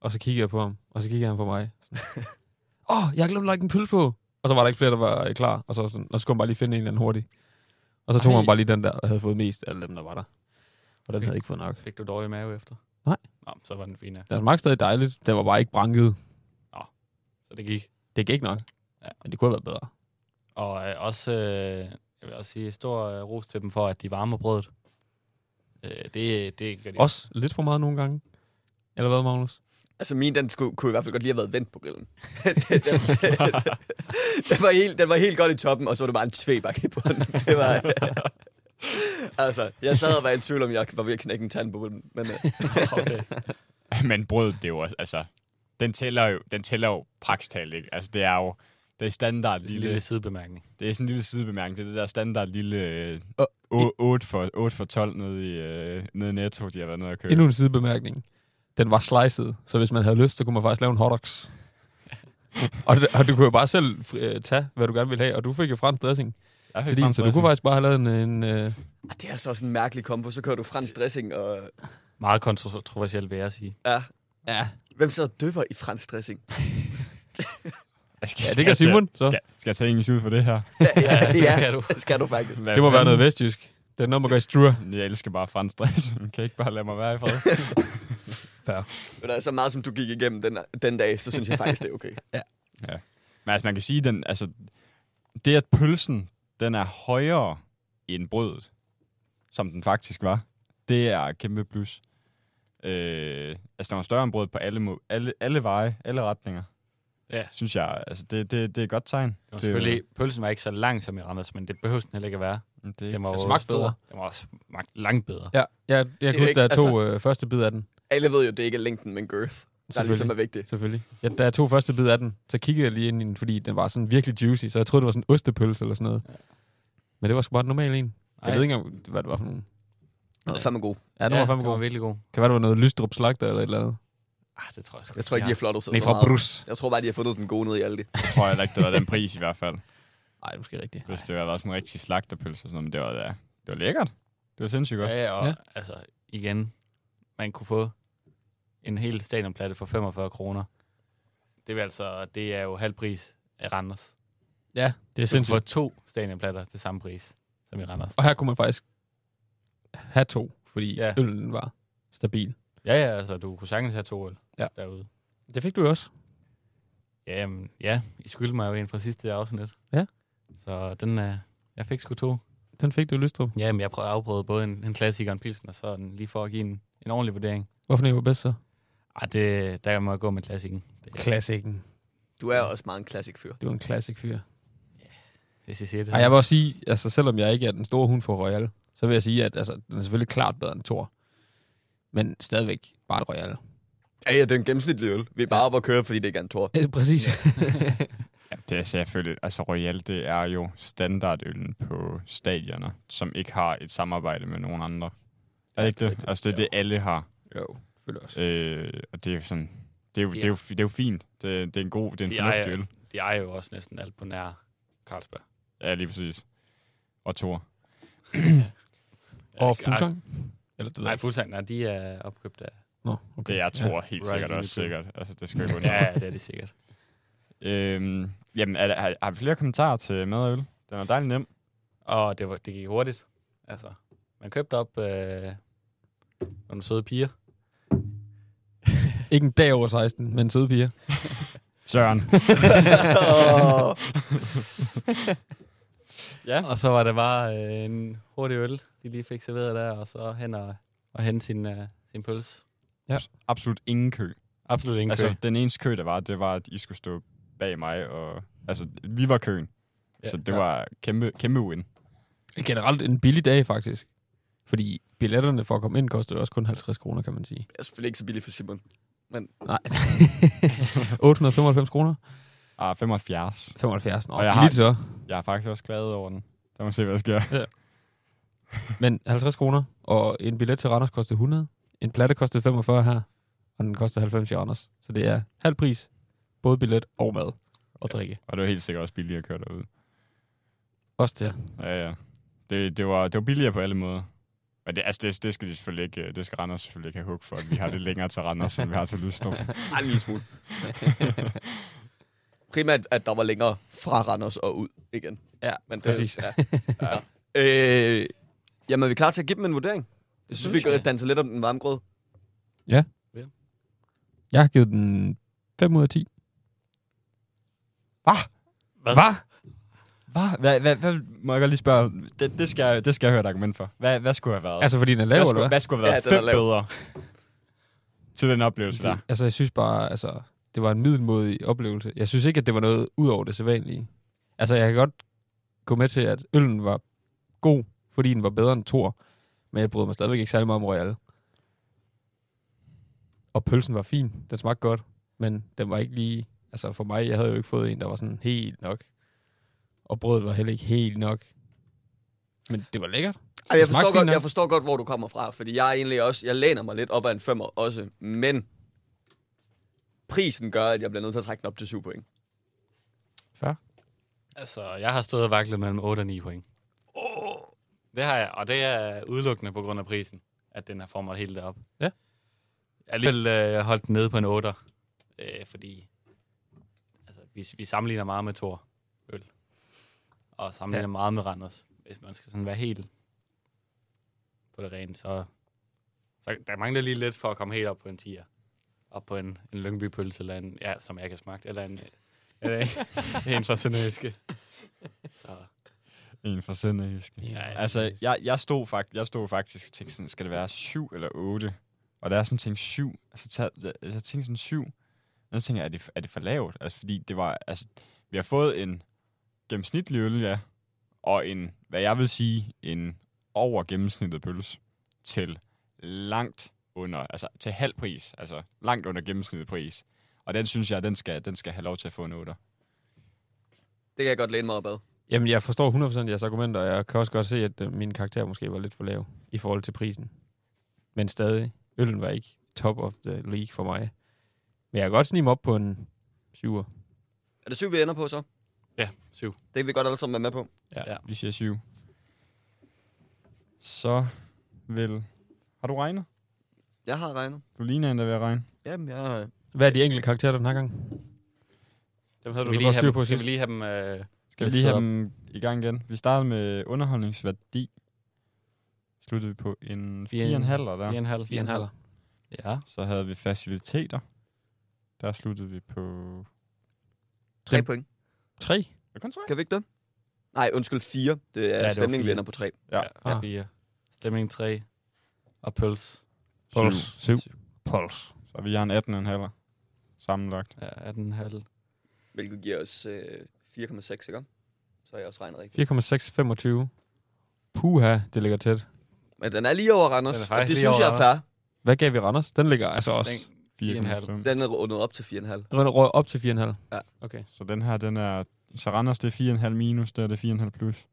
Og så kiggede jeg på ham, og så kiggede han på mig. Sådan, Åh, oh, jeg har glemt at lægge en pølse på. Og så var der ikke flere, der var øh, klar. Og så, var sådan, og så skulle han bare lige finde en eller anden hurtigt. Og så tog Ej. han bare lige den der, og havde fået mest af alle dem, der var der. Og den havde ikke fået nok. Fik du dårlig mave efter? Nej. Nå, så var den fin af. Den smagte stadig dejligt. Den var bare ikke branket. Så det gik. Det gik nok. Ja. Men det kunne have været bedre. Og øh, også, øh, jeg vil også sige, stor øh, ros til dem for, at de varmer brødet. Øh, det, det gør de Også lidt for meget nogle gange. Eller hvad, Magnus? Altså min, den skulle, kunne i hvert fald godt lige have været vendt på grillen. den, den, den, den, var helt, den var helt godt i toppen, og så var det bare en tvebakke på den. Det var... altså, jeg sad og var i tvivl, om jeg var ved at knække en tand på den, men øh, Men brød, det er jo også, altså, den tæller jo, den tæller jo prakstal, ikke? Altså, det er jo, det er standard Det er en lille lille, sidebemærkning. det er sådan en lille sidebemærkning, det er det der standard lille øh, Og- å- 8, for, 8 for 12 nede i, øh, nede i Netto, de har været nede og købe. Endnu en sidebemærkning. Den var slicet, så hvis man havde lyst, så kunne man faktisk lave en hotdogs. og, det, og du kunne jo bare selv øh, tage, hvad du gerne ville have, og du fik jo fransk dressing Jeg fik til din, fransk så du dressing. kunne faktisk bare have lavet en... en øh, ah, det er altså også en mærkelig kombo. Så kører du fransk dressing, og Meget kontroversielt, vil jeg sige. ja, ja, hvem sidder og døber i fransk dressing? Jeg skal, Ja, det skal gør jeg tage- Simon, så. Skal, skal jeg tage engelsk ud for det her? Ja, ja, det skal er, du. det skal du faktisk. Hvad det må være fanden? noget vestjysk. Det er noget, man går i strua. Jeg elsker bare fransk dressing. Kan jeg ikke bare lade mig være i fred? Men der er så meget, som du gik igennem den, den dag, så synes jeg faktisk, det er okay. Men altså, man kan sige, den, altså, det at pølsen, den er højere end brødet, som den faktisk var, det er et kæmpe plus. Øh, altså, den var større end brødet på alle, må- alle, alle veje, alle retninger. Ja. Synes jeg, altså, det, det, det er et godt tegn. Det var er jo- selvfølgelig, pølsen var ikke så lang som i Randers, men det behøver den heller ikke at være. Det, Den var Den jo smagte stor. bedre. Den var også smagt langt bedre. Ja, jeg, jeg jo kan huske, ikke- der er to øh, første bid af den. Alle ved jo, det ikke er længden, men girth, der er Selvfølgelig. ligesom er vigtigt. Selvfølgelig. Ja, da jeg tog første bid af den, så kiggede jeg lige ind i den, fordi den var sådan virkelig juicy, så jeg troede, det var sådan en ostepølse eller sådan noget. Men det var sgu bare en normal en. Jeg Ej. ved ikke engang, hvad det var for nogen. Det er fandme god. Ja, den ja, var fandme god. virkelig god. Kan være, det var noget Lystrup slagter eller et eller andet. Ah, det tror jeg sgu Jeg tror ikke, de har flottet sig Nej, så fra meget. Brus. Jeg tror bare, de har fundet den gode nede i Aldi. jeg tror heller ikke, det var den pris i hvert fald. Nej, det er måske rigtigt. Hvis det havde været sådan en rigtig slagterpølse og sådan noget, men det var, da- det var lækkert. Det var sindssygt godt. Ja, ja, og Ja. ja. altså igen, man kunne få en hel stadionplatte for 45 kroner. Det er altså, det er jo halv pris af Randers. Ja, det er Du kunne få sindssygt. to stadionplatter til samme pris som i Randers. Og her kunne man faktisk have to, fordi Ja. ja. øllen var stabil. Ja, ja, altså du kunne sagtens have to øl Ja. derude. Det fik du jo også. Ja, jamen, ja, I skyldte mig jo en fra sidste afsnit. Ja. Så den er, jeg fik sgu to. Den fik du i Lystrup. Ja, men jeg prøvede at afprøve både en, en klassiker og en pilsen, og så den lige for at give en, en ordentlig vurdering. Hvorfor den var bedst så? Ej, det, der må jeg gå med klassikken. Det, Klassikken. Du er også meget en klassik fyr. Det var en klassik fyr. hvis jeg siger det. Ej, jeg vil også sige, altså selvom jeg ikke er den store hund for Royal, så vil jeg sige, at altså, den er selvfølgelig klart bedre end Thor. Men stadigvæk bare et Royal. Ja, ja, det er en gennemsnitlig øl. Vi er bare oppe at køre, fordi det ikke er en tor. Ja, præcis. Ja, det er selvfølgelig, altså Royal, det er jo standardøllen på stadioner, som ikke har et samarbejde med nogen andre. Er det ikke det? Altså det er det, alle har. jo, selvfølgelig også. Øh, og det er jo sådan, det er jo, det er jo, det er jo fint. Det, det er en god, det er en De fornuftig ejer- øl. De ejer jo også næsten alt på nær Carlsberg. Ja, lige præcis. Og Thor. Og Ej, Fusang? Eller det ved Nej, jeg ikke. Fuglsang, nej, de er opkøbt af... Nå, okay. Det er Thor ja, helt Royal sikkert også Unibrew. sikkert. Altså det skal jeg gå Ja, ja. ja, det er det sikkert. øhm, Jamen, er, der- har, har vi flere kommentarer til mad og øl? Den er dejlig nem. Og det, var, det gik hurtigt. Altså, man købte op øh, nogle søde piger. Ja. Ikke en dag over 16, men søde piger. Søren. Åh. ja. Og så var det bare øh, en hurtig øl, de lige fik serveret der, og så hen og, og hente sin, øh, sin pølse. Absolut ingen kø. Absolut ingen altså, kø. Altså, den eneste kø, der var, det var, at I skulle stå bag mig, og altså, vi var køen. Ja, Ja, så det ja. ja. var kæmpe, kæmpe win. Generelt en billig dag, faktisk. Fordi billetterne for at komme ind kostede også kun 50 kroner, kan man sige. Det er selvfølgelig ikke så billigt for Simon. Nej. 895 kroner? Ah, 75. 75. Nå, Og jeg jeg har- har... lidt så. Jeg er faktisk også glad over den. Så må vi se, hvad der sker. Men 50 kroner, og en billet til Randers kostede 100. En platte kostede 45 her, og den kostede 90 i Randers. Så det er halv pris, både billet og mad og drikke. Og det var helt sikkert også billigere at køre derude. Også det. Ja, ja. Det, det, var, det var billigere på alle måder. Og det, altså, det, det skal de selvfølgelig ikke, det skal Randers selvfølgelig ikke have hug for, at vi har det længere til Randers, end vi har til Lystrup. Ej, en lille smule. Primært, at der var længere fra Randers og ud igen. Ja, Men det, præcis. Ja. ja. Øh, jamen, er vi klar til at give dem en vurdering? Jeg synes, vi synes kan jeg. danse lidt om den varme grød. Jeg har givet den 5 ud af 10. Hvad? Hvad? Hvad? Hvad, hvad, hvad må jeg godt lige spørge? Det, det, skal, jeg- det skal jeg høre et argument for. Hvad, hvad skulle have været? Altså, fordi den er lav, hvad, eller skulle, hvad? hvad skulle have været Ja, ja, den er fem lav. bedre til den oplevelse der? Altså, jeg synes bare, altså, det var en middelmodig oplevelse. Jeg synes ikke, at det var noget ud over det sædvanlige. Altså, jeg kan godt gå med til, at øllen var god, fordi den var bedre end Thor, men jeg bryder mig stadigvæk ikke særlig meget om Royal. Og pølsen var fin. Den smagte godt, men den var ikke lige... Altså, for mig, jeg havde jo ikke fået en, der var sådan helt nok. Og brødet var heller ikke helt nok. Men det var lækkert. Ej, jeg, Det smagte forstår fint godt, nok. jeg forstår godt, hvor du kommer fra, fordi jeg er egentlig også, jeg læner mig lidt op ad en femmer også, men prisen gør, at jeg bliver nødt til at trække den op til 7 point. Fair. Altså, jeg har stået og vaklet mellem 8 og 9 point. Oh. Det har jeg, og det er udelukkende på grund af prisen, at den har formet helt derop. Ja. Jeg har alligevel øh, holdt den nede på en 8, øh, fordi altså, vi, vi sammenligner meget med Thor øl, og sammenligner ja. meget med Randers. Hvis man skal sådan være helt på det rene, så, så der mangler lige lidt for at komme helt op på en 10'er. Op på en, en Lyngby pølse, eller en, ja, som jeg kan smage, eller en, eller en, en fra Sønderjyske. Så En fra Sønderjysk. Ja, Altså, jeg, jeg, stod fakt, jeg stod faktisk og tænkte sådan, skal det være syv eller otte? Og der er sådan ting syv, altså, så, så, så tænkte sådan syv, og så tænkte jeg, er det, er det for lavt? Altså, fordi det var, altså, vi har fået en gennemsnitlig øl, ja, og en, hvad jeg vil sige, en over gennemsnittet pølse til langt under, altså til halv pris, altså langt under gennemsnittet pris. Og den synes jeg, den skal, den skal have lov til at få en 8. Det kan jeg godt læne mig op ad. Jamen, jeg forstår 100% jeres argumenter, og jeg kan også godt se, at øh, min karakter måske var lidt for lav i forhold til prisen. Men stadig, øllen var ikke top of the league for mig. Men jeg kan godt snige mig op på en syver. Er det 7, vi ender på så? ja, syv. Det kan vi godt alle sammen være med på. Vi siger 7. Så vil... Har du regnet? Jeg har regnet. Du ligner en, der vil regne. Jamen, jeg har... Hvad er de enkelte karakterer den her gang? Dem havde Skal du vi, så lige godt styr have på dem, skal vi sidst. lige have dem... Øh, Skal vi lige have dem i gang igen? Vi startede med underholdningsværdi. Sluttede vi på en 4,5 Fire- eller ja. der. 4,5. Fire og en halv. Ja. Så havde vi faciliteter. Der sluttede vi på... 3 Dem- point. Tre? Hvad kun tre? Kan vi ikke det? Nej, undskyld, 4. Det er det ja, var stemningen, vi fire. ender på 3. Ja. ja. Ah. Fire. Stemning 3. Og pøls. Puls. Syv. Puls. Så vi har en 18,5 sammenlagt. Ja, 18,5. Hvilket giver os øh, 4,6, ikke? Så har jeg også regnet rigtigt. 4,625. Puha, det ligger tæt. Men den er lige over Randers, Den er og faktisk det lige synes jeg over er fair. Hvad gav vi Randers? Den ligger altså også 4,5. Den er rundet op til 4,5. rød, rød op til 4,5. Ja. Okay. Så den her, den er... Så Randers, det er 4,5 minus, der er det 4,5 plus.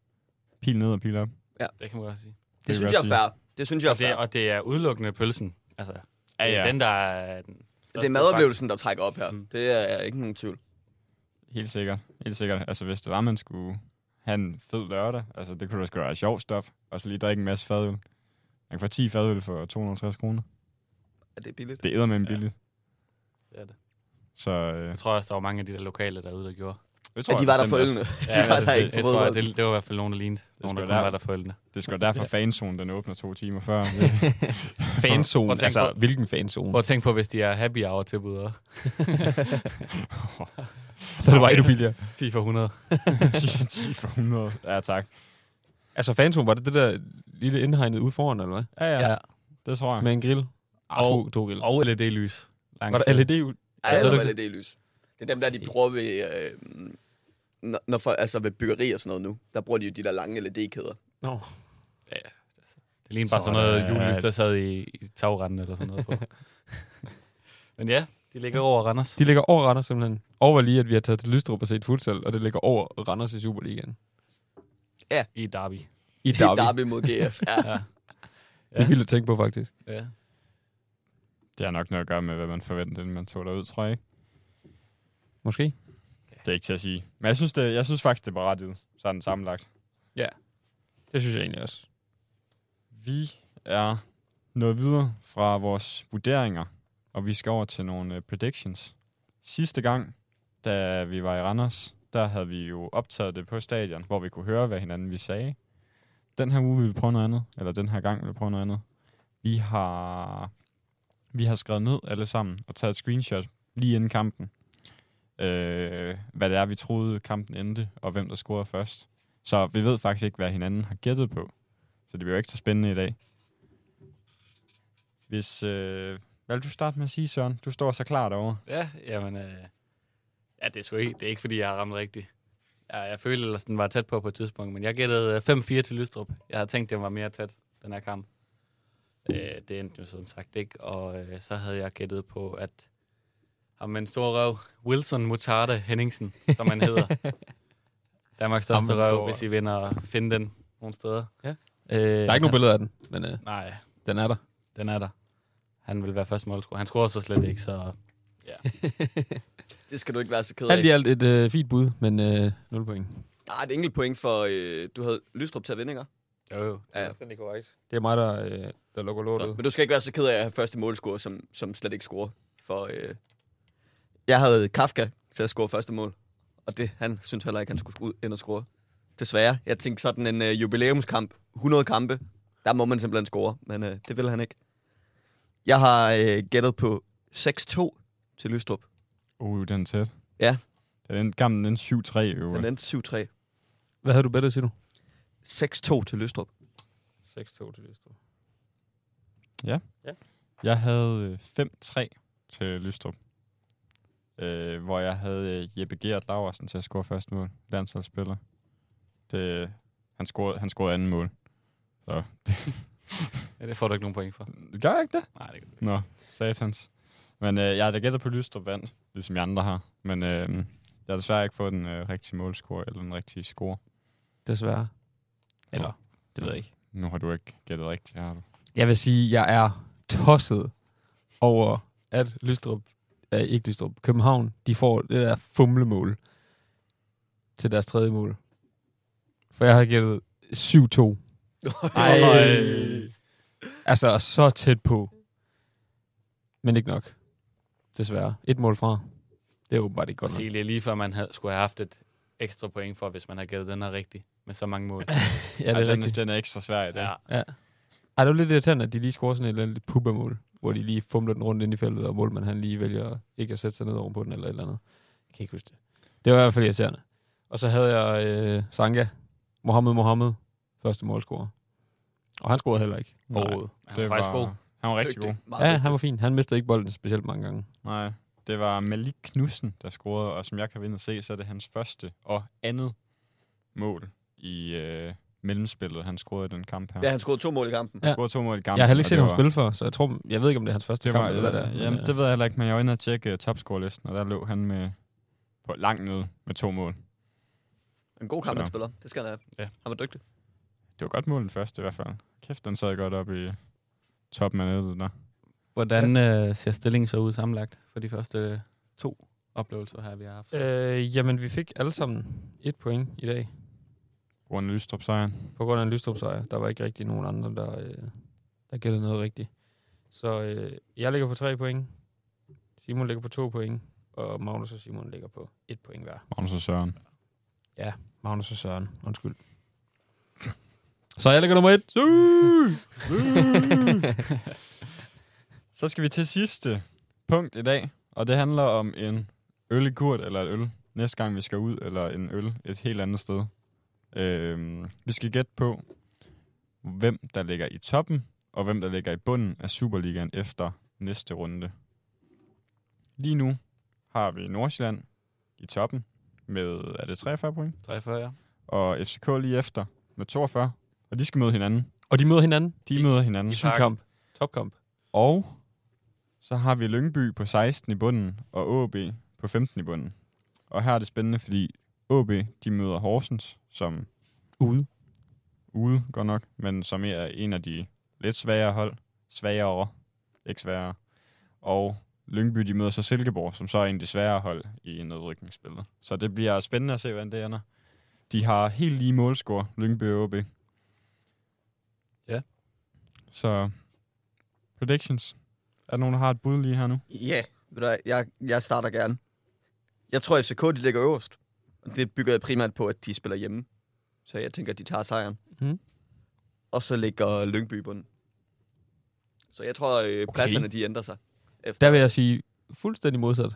Pil ned og pil op. Det kan man godt sige. Det, kan det synes godt jeg er sige. fair. Det synes jeg er Og det, fair. og det er udelukkende pølsen. Altså, ja, ja. ja. den, der er den Det er madoplevelsen, der trækker op her. Mm. Det er ikke nogen tvivl. Helt sikkert. Helt sikkert. Altså, hvis det var, man skulle have en fed lørdag, altså, det kunne da sgu være et sjovt stop. Og så lige drikke en masse fadøl. Man kan få 10 fadøl for 250 kroner. Er det billigt? Det æder med en Ja. billigt. Det er det. Så øh, Jeg tror også, der var mange af de der lokale derude, der gjorde. det Ja, de var der bestemt for også. ølene. Ja, var altså, der det, ikke på jeg tror, Rødvald. det, det var i hvert fald nogen, der lignede. Nogen, skulle der kun være- var der for ølene. Det skal derfor fanzone, den åbner to timer før. Prøv at Fanzone, tænke altså på- hvilken fanzone? Prøv at tænke på, hvis de er happy hour tilbudder. Så er det var endnu billigere. 10 for 100. 10 for 100. Ja, tak. Altså Fantom, var det det der lille indhegnet ude foran, eller hvad? Ja, ja. Ja. Det tror jeg. Med en grill? Og, to, to grill. Og, Og E LED-lys. var der E LED? ud? Ej, Ja, ja, så er det det- er det lys. Det er dem der, de bruger ved, øh, når, når for, altså ved byggeri og sådan noget nu. Der bruger de jo de der lange E LED-kæder. Nå, Det lignede bare sådan Sådan. noget julelys, der sad i, i tagrenden eller sådan noget på. Men ja, de ligger over Randers. de ligger over Randers simpelthen. Over lige, at vi har taget til Lystrup og set futsal, og det ligger over Randers i Superligaen. I Derby. I Derby. Derby. Derby mod GF. Ja. Ja. Det er vildt at tænke på, faktisk. ja. Det har nok noget at gøre med, hvad man forventede, inden man tog derud, tror jeg ikke. Måske. Det er ikke til at sige. Men jeg synes, det, jeg synes faktisk, det er berettiget. Sådan sammenlagt. Det synes jeg egentlig også. Vi er nået videre fra vores vurderinger, og vi skal over til nogle øh, predictions. Sidste gang, da vi var i Randers, der havde vi jo optaget det på stadion, hvor vi kunne høre, hvad hinanden vi sagde. Den her uge vil vi prøve noget andet, eller den her gang vil vi prøve noget andet. Vi har, vi har skrevet ned alle sammen og taget et screenshot lige inden kampen. øh, hvad det er, vi troede kampen endte, og hvem der scorede først. Så vi ved faktisk ikke, hvad hinanden har gættet på. Så det bliver jo ikke så spændende i dag. Hvis, øh, hvad vil du starte med at sige, Søren? Du står så klar derovre. Ja, jamen... Øh, ja, det er sgu ikke, det er ikke, fordi jeg har ramt rigtigt. Jeg, jeg følte ellers, den var tæt på på et tidspunkt, men jeg gættede øh, 5-4 til Lystrup. Jeg havde tænkt, den var mere tæt, den her kamp. Øh, det endte jo som sagt ikke, og øh, så havde jeg gættet på, at ham med en stor røv, Wilson Mutarde Henningsen, som han hedder. Danmarks Ham med største en stor røv, røv. hvis I vinder og finde den nogle steder. Ja. Øh, der Der er ikke nogen billeder af den, men øh, Nej, den er der. den er der. Han vil være første målscorer. Han scorer så slet ikke, så Det skal du ikke være så ked af. Alt i alt et øh, fint bud, men øh, 0 point. Der er et enkelt point for, øh, du havde Lystrup til at vinde, ikke? jo, jo. Ja. Det er korrekt. Det er mig, der, øh, der lukker lortet. Så, men du skal ikke være så ked af at have første målscorer, som, som slet ikke scorer. For øh, jeg havde Kafka til at score første mål, og det han synes heller ikke, han skulle ud ind og score. Desværre. Jeg tænkte sådan en øh, jubilæumskamp, 100 kampe, der må man simpelthen score, men øh, det ville han ikke. Jeg har øh, gættet på 6-2 til Lystrup. Uh, den er tæt. Ja. Den er en gammel, den 7-3 øver. Den endte Hvad havde du bedre, siger du? 7-3. 6-2 til Lystrup. 6-2 til Lystrup. Jeg havde øh, 5-3 til Lystrup. Øh, hvor jeg havde øh, Jeppe Gert Laversen til at score første mål. Landsholdsspiller. Det, øh, han, scorede, han scorede anden mål. Så Ja, det får du ikke nogen point for. gør jeg ikke det? Nej, det kan du ikke. Nå, satans. Men øh, jeg har da gættet på Lystrup vandt, ligesom jeg andre har. Men øh, jeg har desværre ikke fået den øh, rigtige målscore, eller den rigtige score. Desværre. Eller, det ved jeg ikke. Nu har du ikke gættet rigtigt, har du? Jeg vil sige, jeg er tosset over, at Lystrup, øh, ikke Lystrup, København, de får det der fumlemål til deres tredje mål. For jeg har gættet 7-2. Altså, så tæt på. Men ikke nok. Desværre. Et mål fra. Det er åbenbart ikke godt nok. Se, det er lige før, man havde, skulle have haft et ekstra point for, hvis man havde givet den her rigtigt med så mange mål. Ja, det er rigtigt. Den er ekstra svær i dag. Ja. Ja. Ej, det var lidt irriterende, at de lige scorer sådan et eller andet pubbermål, hvor de lige fumler den rundt ind i feltet, og målmanden han lige vælger ikke at sætte sig ned ovenpå den eller et eller andet. Jeg kan ikke huske det. Det var i hvert fald irriterende. Og så havde jeg øh, Sanka, Mohamed Mohamed, første målscorer. Og han scorede heller ikke Nej. overhovedet. Han var faktisk god. Han var rigtig god. Ja, han var fin. Han mistede ikke bolden specielt mange gange. Nej, det var Malik Knudsen, der scorede, og som jeg kan vinde og se, så er det hans første og andet mål i øh, mellemspillet, han scorede i den kamp her. Ja, han scorede to mål i kampen. Han scorede to mål i kampen. Jeg har heller og ikke set det ham var- spille før, så jeg tror, jeg ved ikke, om det er hans første Det kamp var, eller hvad det er. det, men, jamen, øh, det ved jeg heller ikke, men jeg var inde og tjekke uh, topscorelisten, og der lå han med på langt nede med to mål. En god kamp, Ja. han spiller. Det skal han have. Ja. Ja. Han var dygtig. Det var godt mål den første i hvert fald. Kæft, den sad godt op i toppen af nettet der. Hvordan øh, ser stillingen så ud sammenlagt for de første to oplevelser her, vi har haft? Øh, jamen, vi fik alle sammen et point i dag. Rune Lystrup sejren. på grund af en lystrup sejr. Der var ikke rigtig nogen andre, der, øh, der gættede noget rigtigt. Så øh, jeg ligger på tre point, Simon ligger på to point, og Magnus og Simon ligger på et point hver. Magnus og Søren. Magnus og Søren, undskyld. Så jeg ligger nummer et. Så skal vi til sidste punkt i dag, og det handler om en øl i kurt eller et øl. Næste gang vi skal ud, eller en øl et helt andet sted. Øhm, vi skal gætte på, hvem der ligger i toppen, og hvem der ligger i bunden af Superligaen efter næste runde. Lige nu har vi Nordsjælland i toppen med, er det 43 point? 43, ja. Og FCK lige efter med 42, og de skal møde hinanden. Og de møder hinanden De møder hinanden. i slutkamp. Topkamp. Og så har vi Lyngby på 16 i bunden, og AB på 15 i bunden. Og her er det spændende, fordi AB de møder Horsens, som Ude. ude godt nok, men som er en af de lidt svagere hold. Svagere, ikke sværere. Og Lyngby de møder så Silkeborg, som så er en af de sværere hold i nedrykningsspillet. Så det bliver spændende at se, hvordan det ender. De har helt lige målscore, Lyngby og AB. Ja. Så predictions. Er der nogen, der har et bud lige her nu? Ja, ved du hvad, jeg, jeg starter gerne. Jeg tror, at FCK de ligger øverst. Og Det bygger jeg primært på, at de spiller hjemme. Så jeg tænker, at de tager sejren. Mhm. Og så ligger Lyngby i bunden. Så jeg tror, at øh, pladserne de ændrer sig. Efter. Der vil jeg sige fuldstændig modsat.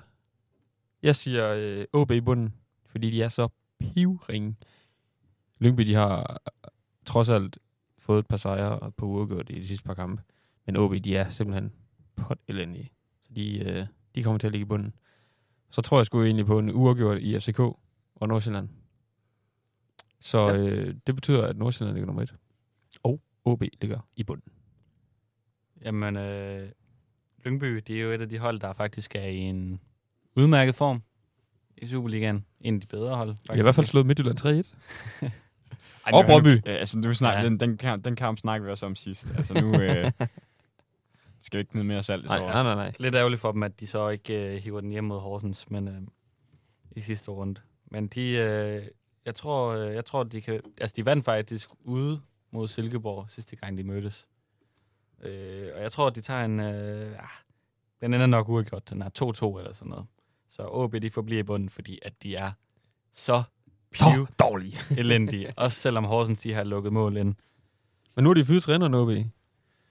Jeg siger øh, OB i bunden, fordi de er så pivringe. Lyngby, de har øh, trods alt fået et par sejre på uafgjort i de sidste par kampe. Men OB, de er simpelthen pot elendige. Så de, øh, de kommer til at ligge i bunden. Så tror jeg sgu egentlig på en uafgjort i FCK og Nordsjælland. Så Ja. øh, det betyder, at Nordsjælland ligger nummer et. Og OB ligger i bunden. Jamen, øh, Lyngby, det er jo et af de hold, der faktisk er i en udmærket form i Superligaen. En af de bedre hold. Jeg har i hvert fald slået Midtjylland 3-1. Ej, Og nu- nu- Brøndby. Ja, altså, nu snak, Ja. ja. den, den, kamp, den kamp snakker vi også om sidst. Altså, nu øh, skal vi ikke ned mere salt i Nej, såret. nej, nej, nej. Lidt ærgerligt for dem, at de så ikke øh, hiver den hjem mod Horsens men, øh, i sidste runde. Men de, øh, jeg, tror, øh, jeg tror, de kan... Altså, de vandt faktisk ude mod Silkeborg sidste gang, de mødtes. Øh, og jeg tror, de tager en... Øh, ja, den ender nok uafgjort. Den er 2-2 eller sådan noget. Så OB, de forbliver i bunden, fordi at de er så piv dårlige. elendige. Også selvom Horsens, de har lukket mål ind. Men nu er de fyret træneren, OB.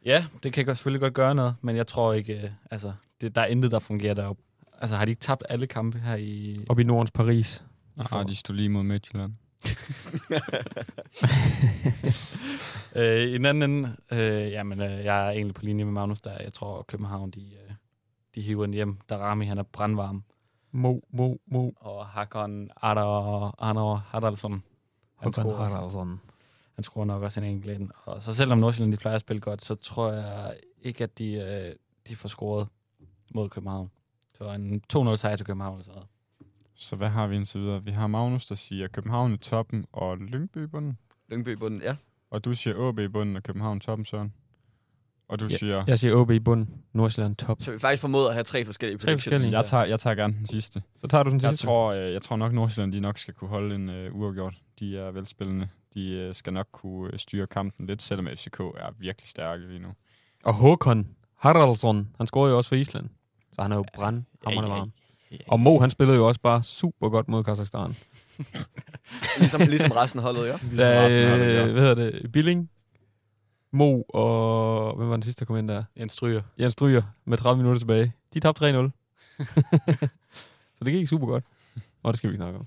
Ja, det kan godt- selvfølgelig godt gøre noget, men jeg tror ikke, øh, altså, det, der er intet, der fungerer deroppe. Altså, har de ikke tabt alle kampe her i... Op i Nordens Paris. Ah, de stod lige mod Midtjylland. Øh, I den anden ende, øh, jamen, øh, jeg er egentlig på linje med Magnus der. Jeg tror, København, de, øh, de hiver den hjem. Darami, han er brandvarm. Mo, mo, mo. Og Hakon Adar, Arnor Haraldsson, han scorer, også. han scorer nok også en enkelt ind. Og så selvom Nordsjælland, de plejer at spille godt, så tror jeg ikke, at de, øh, de får scoret mod København. Så en 2-0 sejr til København eller sådan noget. Så hvad har vi indtil videre? Vi har Magnus, der siger København i toppen og Lyngby i bunden. Lyngby i bunden, ja. Og du siger AB i bunden og København i toppen, Søren. Og du Ja, siger... Jeg siger OB i bunden. Nordsjælland top. Så vi faktisk formoder at have tre forskellige Tre predictions. forskellige. Jeg tager, jeg tager gerne den sidste. Så tager du den Jeg sidste. tror, øh, jeg tror nok, Nordsjælland de nok skal kunne holde en øh, uafgjort. De er velspillende. De øh, skal nok kunne øh, styre kampen lidt, selvom FCK er virkelig stærke lige nu. Og Håkon Haraldsson, han scorede jo også for Island. Så han er jo brandhammerende varm. Og Mo, han spillede jo også bare super godt mod Kazakhstan. Ligesom, ligesom resten af holdet, ja. Ligesom Da, resten af holdet, ja. øh, hvad hedder det? Billing, Mo og... Hvem var den sidste, der kom ind der? En stryger. Jens Stryger med 30 minutter tilbage. De tabte 3-0. så det gik super godt. Og det skal vi ikke snakke om.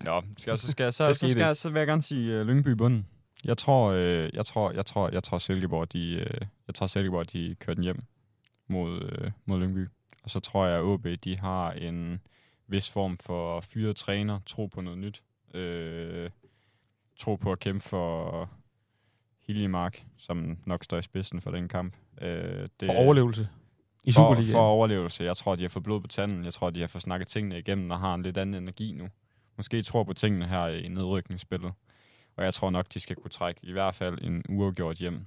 Nå, skal jeg, så, skal jeg, så, Det så, skete skal ikke. jeg, så vil jeg gerne sige uh, Lyngby i bunden. Jeg tror, øh, jeg tror, jeg tror, jeg tror Silkeborg, de, øh, jeg tror Silkeborg, de kører den hjem mod, øh, mod Lyngby. Og så tror jeg, at OB, de har en vis form for fyre træner, tro på noget nyt. Øh, tro på at kæmpe for Hiljemark, som nok står i spidsen for den kamp. Øh, det, For overlevelse. I for, Superligaen. for overlevelse. Jeg tror, de har fået blod på tanden. Jeg tror, de har fået snakket tingene igennem og har en lidt anden energi nu. Måske tror på tingene her i nedrykningsspillet. Og jeg tror nok, de skal kunne trække i hvert fald en uafgjort hjem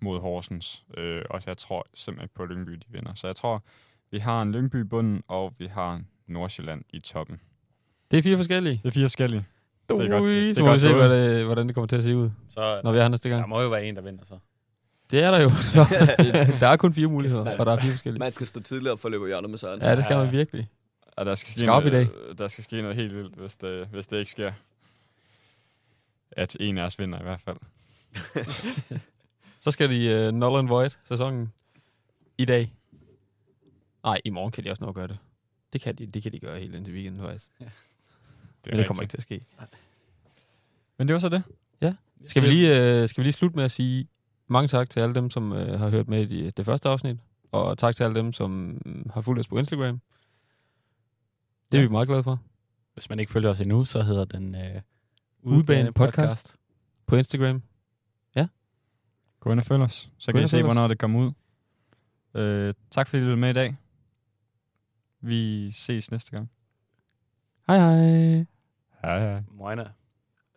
mod Horsens. Øh, og jeg tror simpelthen ikke på, at Lyngby de vinder. Så jeg tror, vi har en Lyngby i bunden, og vi har Nordsjælland i toppen. Det er fire forskellige. Det er fire skældige. Det er godt. Det er så må vi godt se, gået. hvad det, hvordan det kommer til at se ud, Så når vi er her næste gang. der må jo være en, der vinder så. Det er der jo. Så der er kun fire muligheder, mand. og der er fire forskellige. Man skal stå tidligere op for at løbe hjørnet med Søren. Ja, det skal Ja. man virkelig. Og der skal ske, Skarp i noget, der skal ske noget helt vildt, hvis det, hvis det ikke sker. At en af os vinder i hvert fald. Så skal de uh, null and void sæsonen i dag. Nej, i morgen kan de også nå at gøre det. Det kan de, det kan de gøre helt indtil weekenden faktisk. Det Men det kommer ikke til at ske. Men det var så det. Ja. Skal vi, lige, uh, skal vi lige slutte med at sige mange tak til alle dem, som uh, har hørt med i de, det første afsnit. Og tak til alle dem, som mm, har fulgt os på Instagram. Det er vi meget glade for. Hvis man ikke følger os endnu, så hedder den øh, Udbane Podcast. På Instagram. Gå ind og følg os, så Gå kan ind I og se, følg os. hvornår det kommer ud. Øh, tak fordi I lyttede med i dag. Vi ses næste gang. Hej hej. Hej hej. Moina.